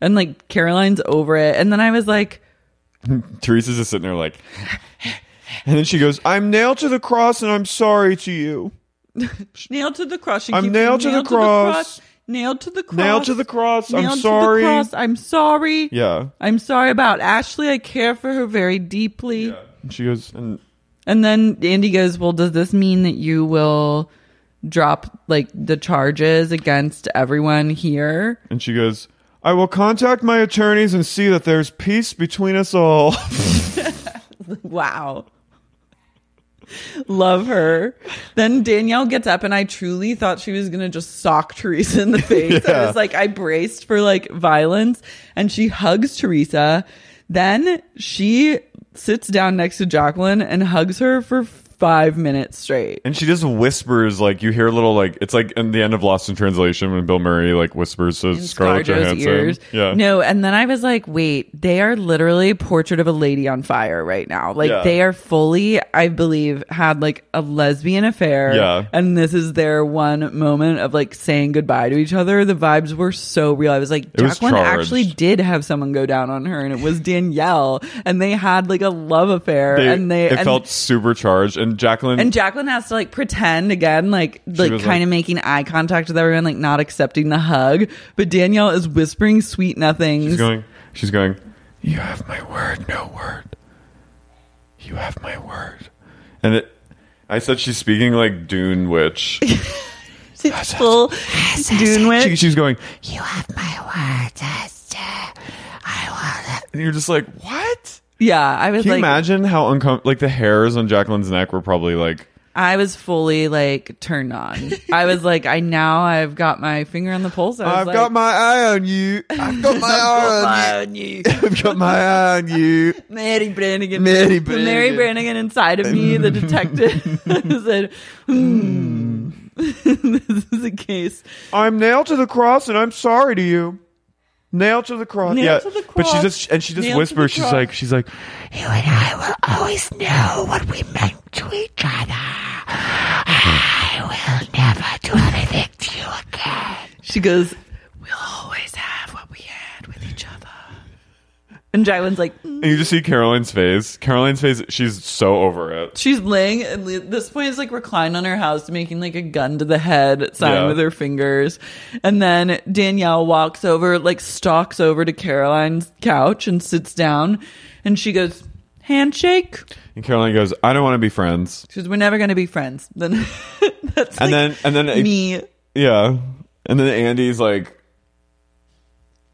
S1: And like Caroline's over it. And then I was like,
S2: Teresa's just sitting there like, and then she goes, "I'm nailed to the cross, and I'm sorry to you.
S1: Nailed to the cross. She
S2: I'm
S1: keeps,
S2: nailed to the cross.
S1: Nailed to the cross.
S2: Nailed to the cross. I'm
S1: Nailed to the
S2: sorry."
S1: cross. I'm sorry.
S2: Yeah.
S1: I'm sorry about Ashley. I care for her very deeply.
S2: And she goes, and
S1: And then Andy goes, Well, does this mean that you will drop like the charges against everyone here?
S2: and she goes, I will contact my attorneys and see that there's peace between us all.
S1: Wow. Love her. Then Danielle gets up, and I truly thought she was gonna just sock Teresa in the face. I was like, I braced for like violence, and she hugs Teresa. Then she sits down next to Jacqueline and hugs her for five minutes straight.
S2: And she just whispers, like you hear a little, like it's like in the end of Lost in Translation when Bill Murray like whispers to Scarlett
S1: Scarjo's
S2: Johansson. Yeah,
S1: No, and then I was like, wait, they are literally portrait of a lady on fire right now. Like
S2: Yeah.
S1: they are fully, I believe, had like a lesbian affair.
S2: Yeah.
S1: And this is their one moment of like saying goodbye to each other. The vibes were so real. I was like,
S2: It was
S1: Jacqueline
S2: charged.
S1: actually did have someone go down on her and it was Danielle and they had like a love affair
S2: They-
S1: and they
S2: it
S1: and-
S2: felt supercharged. And Jacqueline,
S1: and Jacqueline has to like pretend again, like like
S2: Um, was
S1: kind of
S2: like-
S1: making eye contact with everyone, like not accepting the hug. But Danielle is whispering sweet nothings.
S2: she's going, she's going. You have my word, no word. You have my word. And it, I said she's speaking like Dune Witch.
S1: She's full Dune
S2: She,
S1: witch.
S2: she's going, You have my word, sister. I want it. And you're just like, What?
S1: Yeah, I was
S2: Can you
S1: like,
S2: imagine how uncomfortable? Like the hairs on Jacqueline's neck were probably like,
S1: I was fully like turned on. I was like, I now I've got my finger on the pulse. I was
S2: I've
S1: like,
S2: got my eye on you. I've got my eye on you. I've got my eye on you.
S1: Mary Brannigan,
S2: Mary
S1: The Mary
S2: Brannigan.
S1: Brannigan inside of me, the detective said, "Hmm, this is a case."
S2: I'm nailed to the cross and I'm sorry to you. Nailed to the cross.
S1: Nailed to
S2: yeah.
S1: the
S2: But she
S1: cross.
S2: just and she just
S1: Nailed to the
S2: whispers, she's
S1: cross.
S2: like she's like
S11: You and I will always know what we meant to each other. I will never do anything to you again.
S1: She goes, "We'll always have what we had with each other." And Jacqueline's like, "Mm."
S2: and you just see Caroline's face. Caroline's face, she's so over it.
S1: She's laying at le- this point is like reclined on her house, making like a gun to the head sign
S2: Yeah.
S1: with her fingers. And then Danielle walks over, like stalks over to Caroline's couch and sits down. And she goes, "Handshake."
S2: And Caroline goes, I don't want to be friends.
S1: She goes, "We're never going to be friends." Then that's like,
S2: And then and then it-
S1: me.
S2: Yeah. And then Andy's like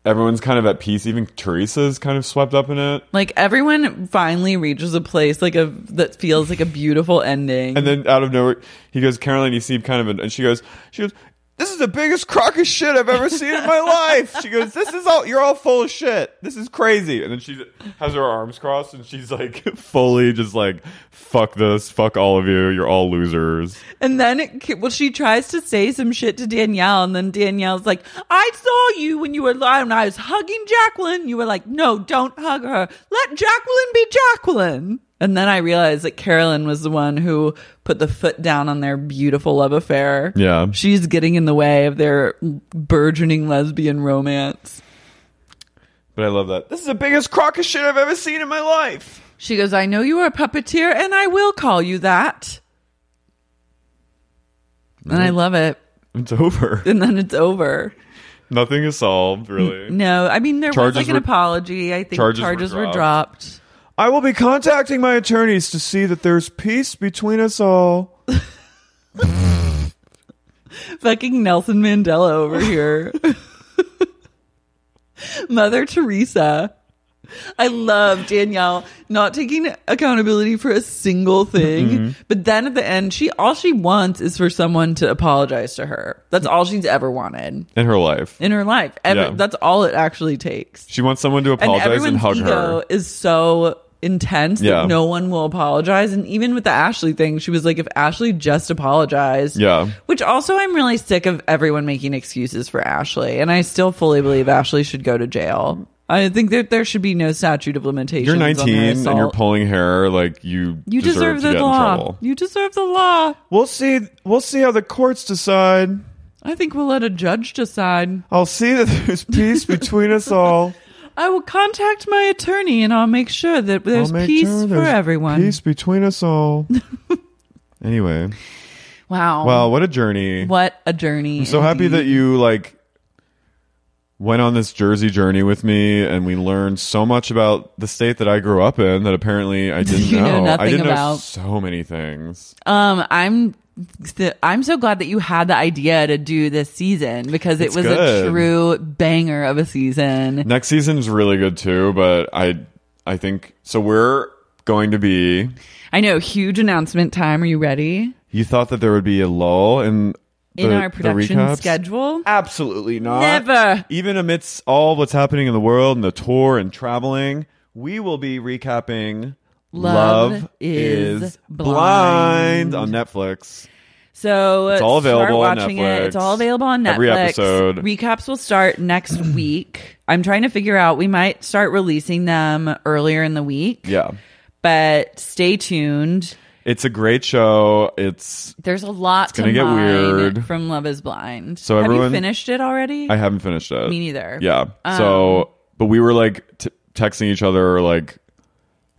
S2: everyone's kind of at peace. Even Teresa's kind of swept up in it.
S1: Like everyone finally reaches a place like a that feels like a beautiful ending.
S2: And then out of nowhere, he goes, Caroline, you seem kind of, an-" and she goes, she goes, this is the biggest crock of shit I've ever seen in my life. She goes, this is all, you're all full of shit. This is crazy. And then she has her arms crossed and she's like, fully just like, fuck this, fuck all of you, you're all losers.
S1: And then, it, well, she tries to say some shit to Danielle, and then Danielle's like, "I saw you when you were lying. When I was hugging Jacqueline. You were like, no, don't hug her. Let Jacqueline be Jacqueline." And then I realized that Carolyn was the one who put the foot down on their beautiful love affair.
S2: Yeah.
S1: she's getting in the way of their burgeoning lesbian romance.
S2: But I love that. This is the biggest crock of shit I've ever seen in my life.
S1: She goes, "I know you are a puppeteer, and I will call you that." And I love it.
S2: It's over.
S1: And then it's over.
S2: Nothing is solved, really.
S1: No, I mean there
S2: Charges
S1: was like an
S2: were-
S1: apology. I think
S2: charges
S1: charges,
S2: were
S1: were,
S2: dropped.
S1: dropped.
S2: I will be contacting my attorneys to see that there's peace between us all.
S1: Fucking Nelson Mandela over here. Mother Teresa. I love Danielle not taking accountability for a single thing. But then at the end, she all she wants is for someone to apologize to her. That's all she's ever wanted
S2: In her life.
S1: in her life. Ever.
S2: Yeah.
S1: That's all it actually takes.
S2: She wants someone to apologize and,
S1: everyone's
S2: hug
S1: ego
S2: her.
S1: is so intense
S2: Yeah.
S1: that no one will apologize and even with the ashley thing she was like if ashley just apologized
S2: Yeah.
S1: which also i'm really sick of everyone making excuses for ashley and i still fully believe ashley should go to jail i think that there should be no statute of limitations
S2: You're
S1: on her
S2: 19 and you're
S1: assault.
S2: pulling hair like you.
S1: you deserve,
S2: deserve, to
S1: the
S2: get In
S1: law
S2: trouble.
S1: you deserve the law
S2: We'll see. We'll see how the courts decide.
S1: i think we'll let a judge decide
S2: I'll see that there's peace between us all.
S1: i will contact my attorney and i'll make sure that there's
S2: I'll make
S1: peace
S2: sure
S1: for
S2: there's
S1: everyone
S2: Peace between us all. anyway,
S1: wow
S2: wow, what a journey!
S1: what a journey
S2: I'm so happy that you like went on this Jersey journey with me, and we learned so much about the state that I grew up in that apparently I didn't
S1: You know
S2: know. I
S1: nothing
S2: didn't know
S1: about.
S2: so many things.
S1: Um, I'm th- I'm so glad that you had the idea to do this season because it
S2: It's
S1: was
S2: good.
S1: a true banger of a season.
S2: Next season's really good too, but I I think so we're going to be
S1: I know, huge announcement time. Are you ready?
S2: you thought that there would be a lull in the,
S1: In our
S2: the
S1: production
S2: recaps?
S1: schedule?
S2: Absolutely not.
S1: Never.
S2: Even amidst all what's happening in the world and the tour and traveling, we will be recapping
S1: Love
S2: is,
S1: is
S2: blind.
S1: Blind.
S2: on Netflix.
S1: So
S2: It's all available
S1: Start
S2: on
S1: watching
S2: Netflix.
S1: it. It's all available on Netflix.
S2: Every episode.
S1: Recaps will start next week. I'm trying to figure out. We might start releasing them earlier in the week.
S2: Yeah.
S1: But stay tuned.
S2: It's a great show. It's
S1: There's a lot
S2: gonna
S1: to
S2: get
S1: mine
S2: weird.
S1: from Love Is Blind.
S2: So
S1: have
S2: everyone-
S1: you finished it already?
S2: I haven't finished it.
S1: Me neither.
S2: Yeah.
S1: Um,
S2: so, but we were like t- texting each other, like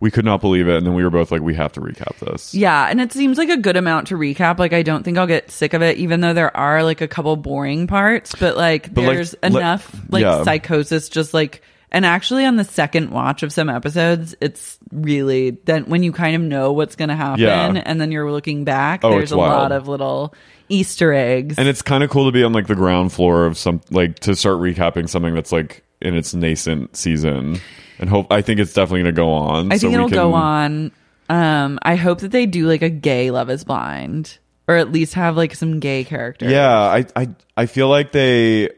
S2: we could not believe it, and then we were both like, we have to recap this.
S1: Yeah, and it seems like a good amount to recap. Like I don't think I'll get sick of it, even though there are like a couple boring parts. But like
S2: But, like,
S1: there's
S2: le-
S1: enough like
S2: yeah.
S1: psychosis, just like and actually on the second watch of some episodes, it's really then when you kind of know what's gonna happen,
S2: Yeah.
S1: and then you're looking back.
S2: Oh, it's
S1: there's a
S2: wild.
S1: lot of little Easter eggs.
S2: And it's kind of cool to be on like the ground floor of some, like to start recapping something that's like in its nascent season, and hope I think it's definitely going to go on.
S1: I
S2: so
S1: think
S2: we
S1: it'll go
S2: can-
S1: on. Um, I hope that they do like a gay Love Is Blind, or at least have like some gay characters.
S2: Yeah, I, I, I feel like they.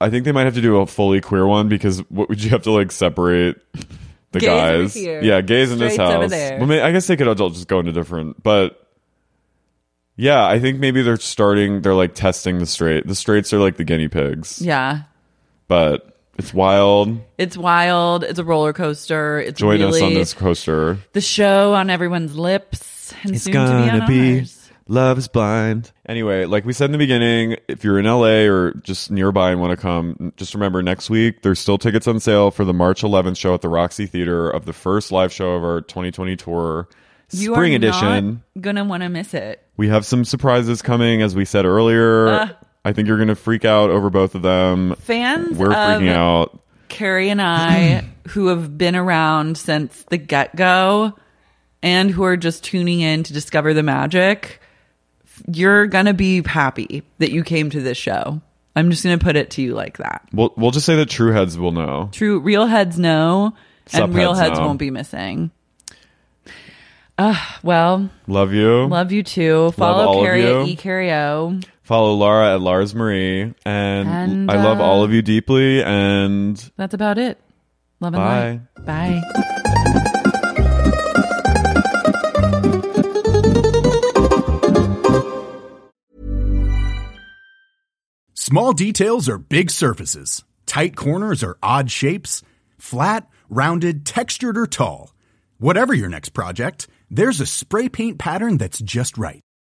S2: I think they might have to do a fully queer one because what would you have to like separate the
S1: Gays over
S2: guys?
S1: here,
S2: yeah, gays in this
S1: straights over
S2: house.
S1: there.
S2: Well, may- I guess they could all just go into different, but yeah, I think maybe they're starting. They're like testing the straight. The straights are like the guinea pigs,
S1: yeah.
S2: but it's wild.
S1: It's wild. It's a roller coaster. It's
S2: Join
S1: really
S2: us on this coaster.
S1: the show on everyone's lips and
S2: It's
S1: soon to be
S2: gonna
S1: on
S2: be-
S1: ours.
S2: Love is blind. Anyway, like we said in the beginning, if you're in LA or just nearby and want to come, just remember next week there's still tickets on sale for the March 11th show at the Roxy Theater of the first live show of our 2020 tour,
S1: You
S2: Spring
S1: are
S2: Edition.
S1: Not gonna want to miss it.
S2: We have some surprises coming, as we said earlier. I think you're gonna freak out over both of them.
S1: Uh. Fans
S2: We're freaking
S1: of
S2: out.
S1: Carrie and I, who have been around since the get go, and who are just tuning in to discover the magic, you're gonna be happy that you came to this show. I'm just gonna put it to you like that.
S2: We'll we'll just say that true heads will know.
S1: True, real heads know,
S2: Sup
S1: and real
S2: heads
S1: heads
S2: know.
S1: won't be missing. Uh, well,
S2: Love you.
S1: Love you too.
S2: all
S1: Follow
S2: of
S1: Carrie at
S2: you.
S1: E Carrie O.
S2: Follow Laura at Lars Marie, and,
S1: And,
S2: I love
S1: uh,
S2: all of you deeply. And
S1: That's about it. Love and
S2: Bye.
S1: light. Bye.
S5: Small details are big surfaces. Tight corners are odd shapes. Flat, rounded, textured, or tall. Whatever your next project, there's a spray paint pattern that's just right.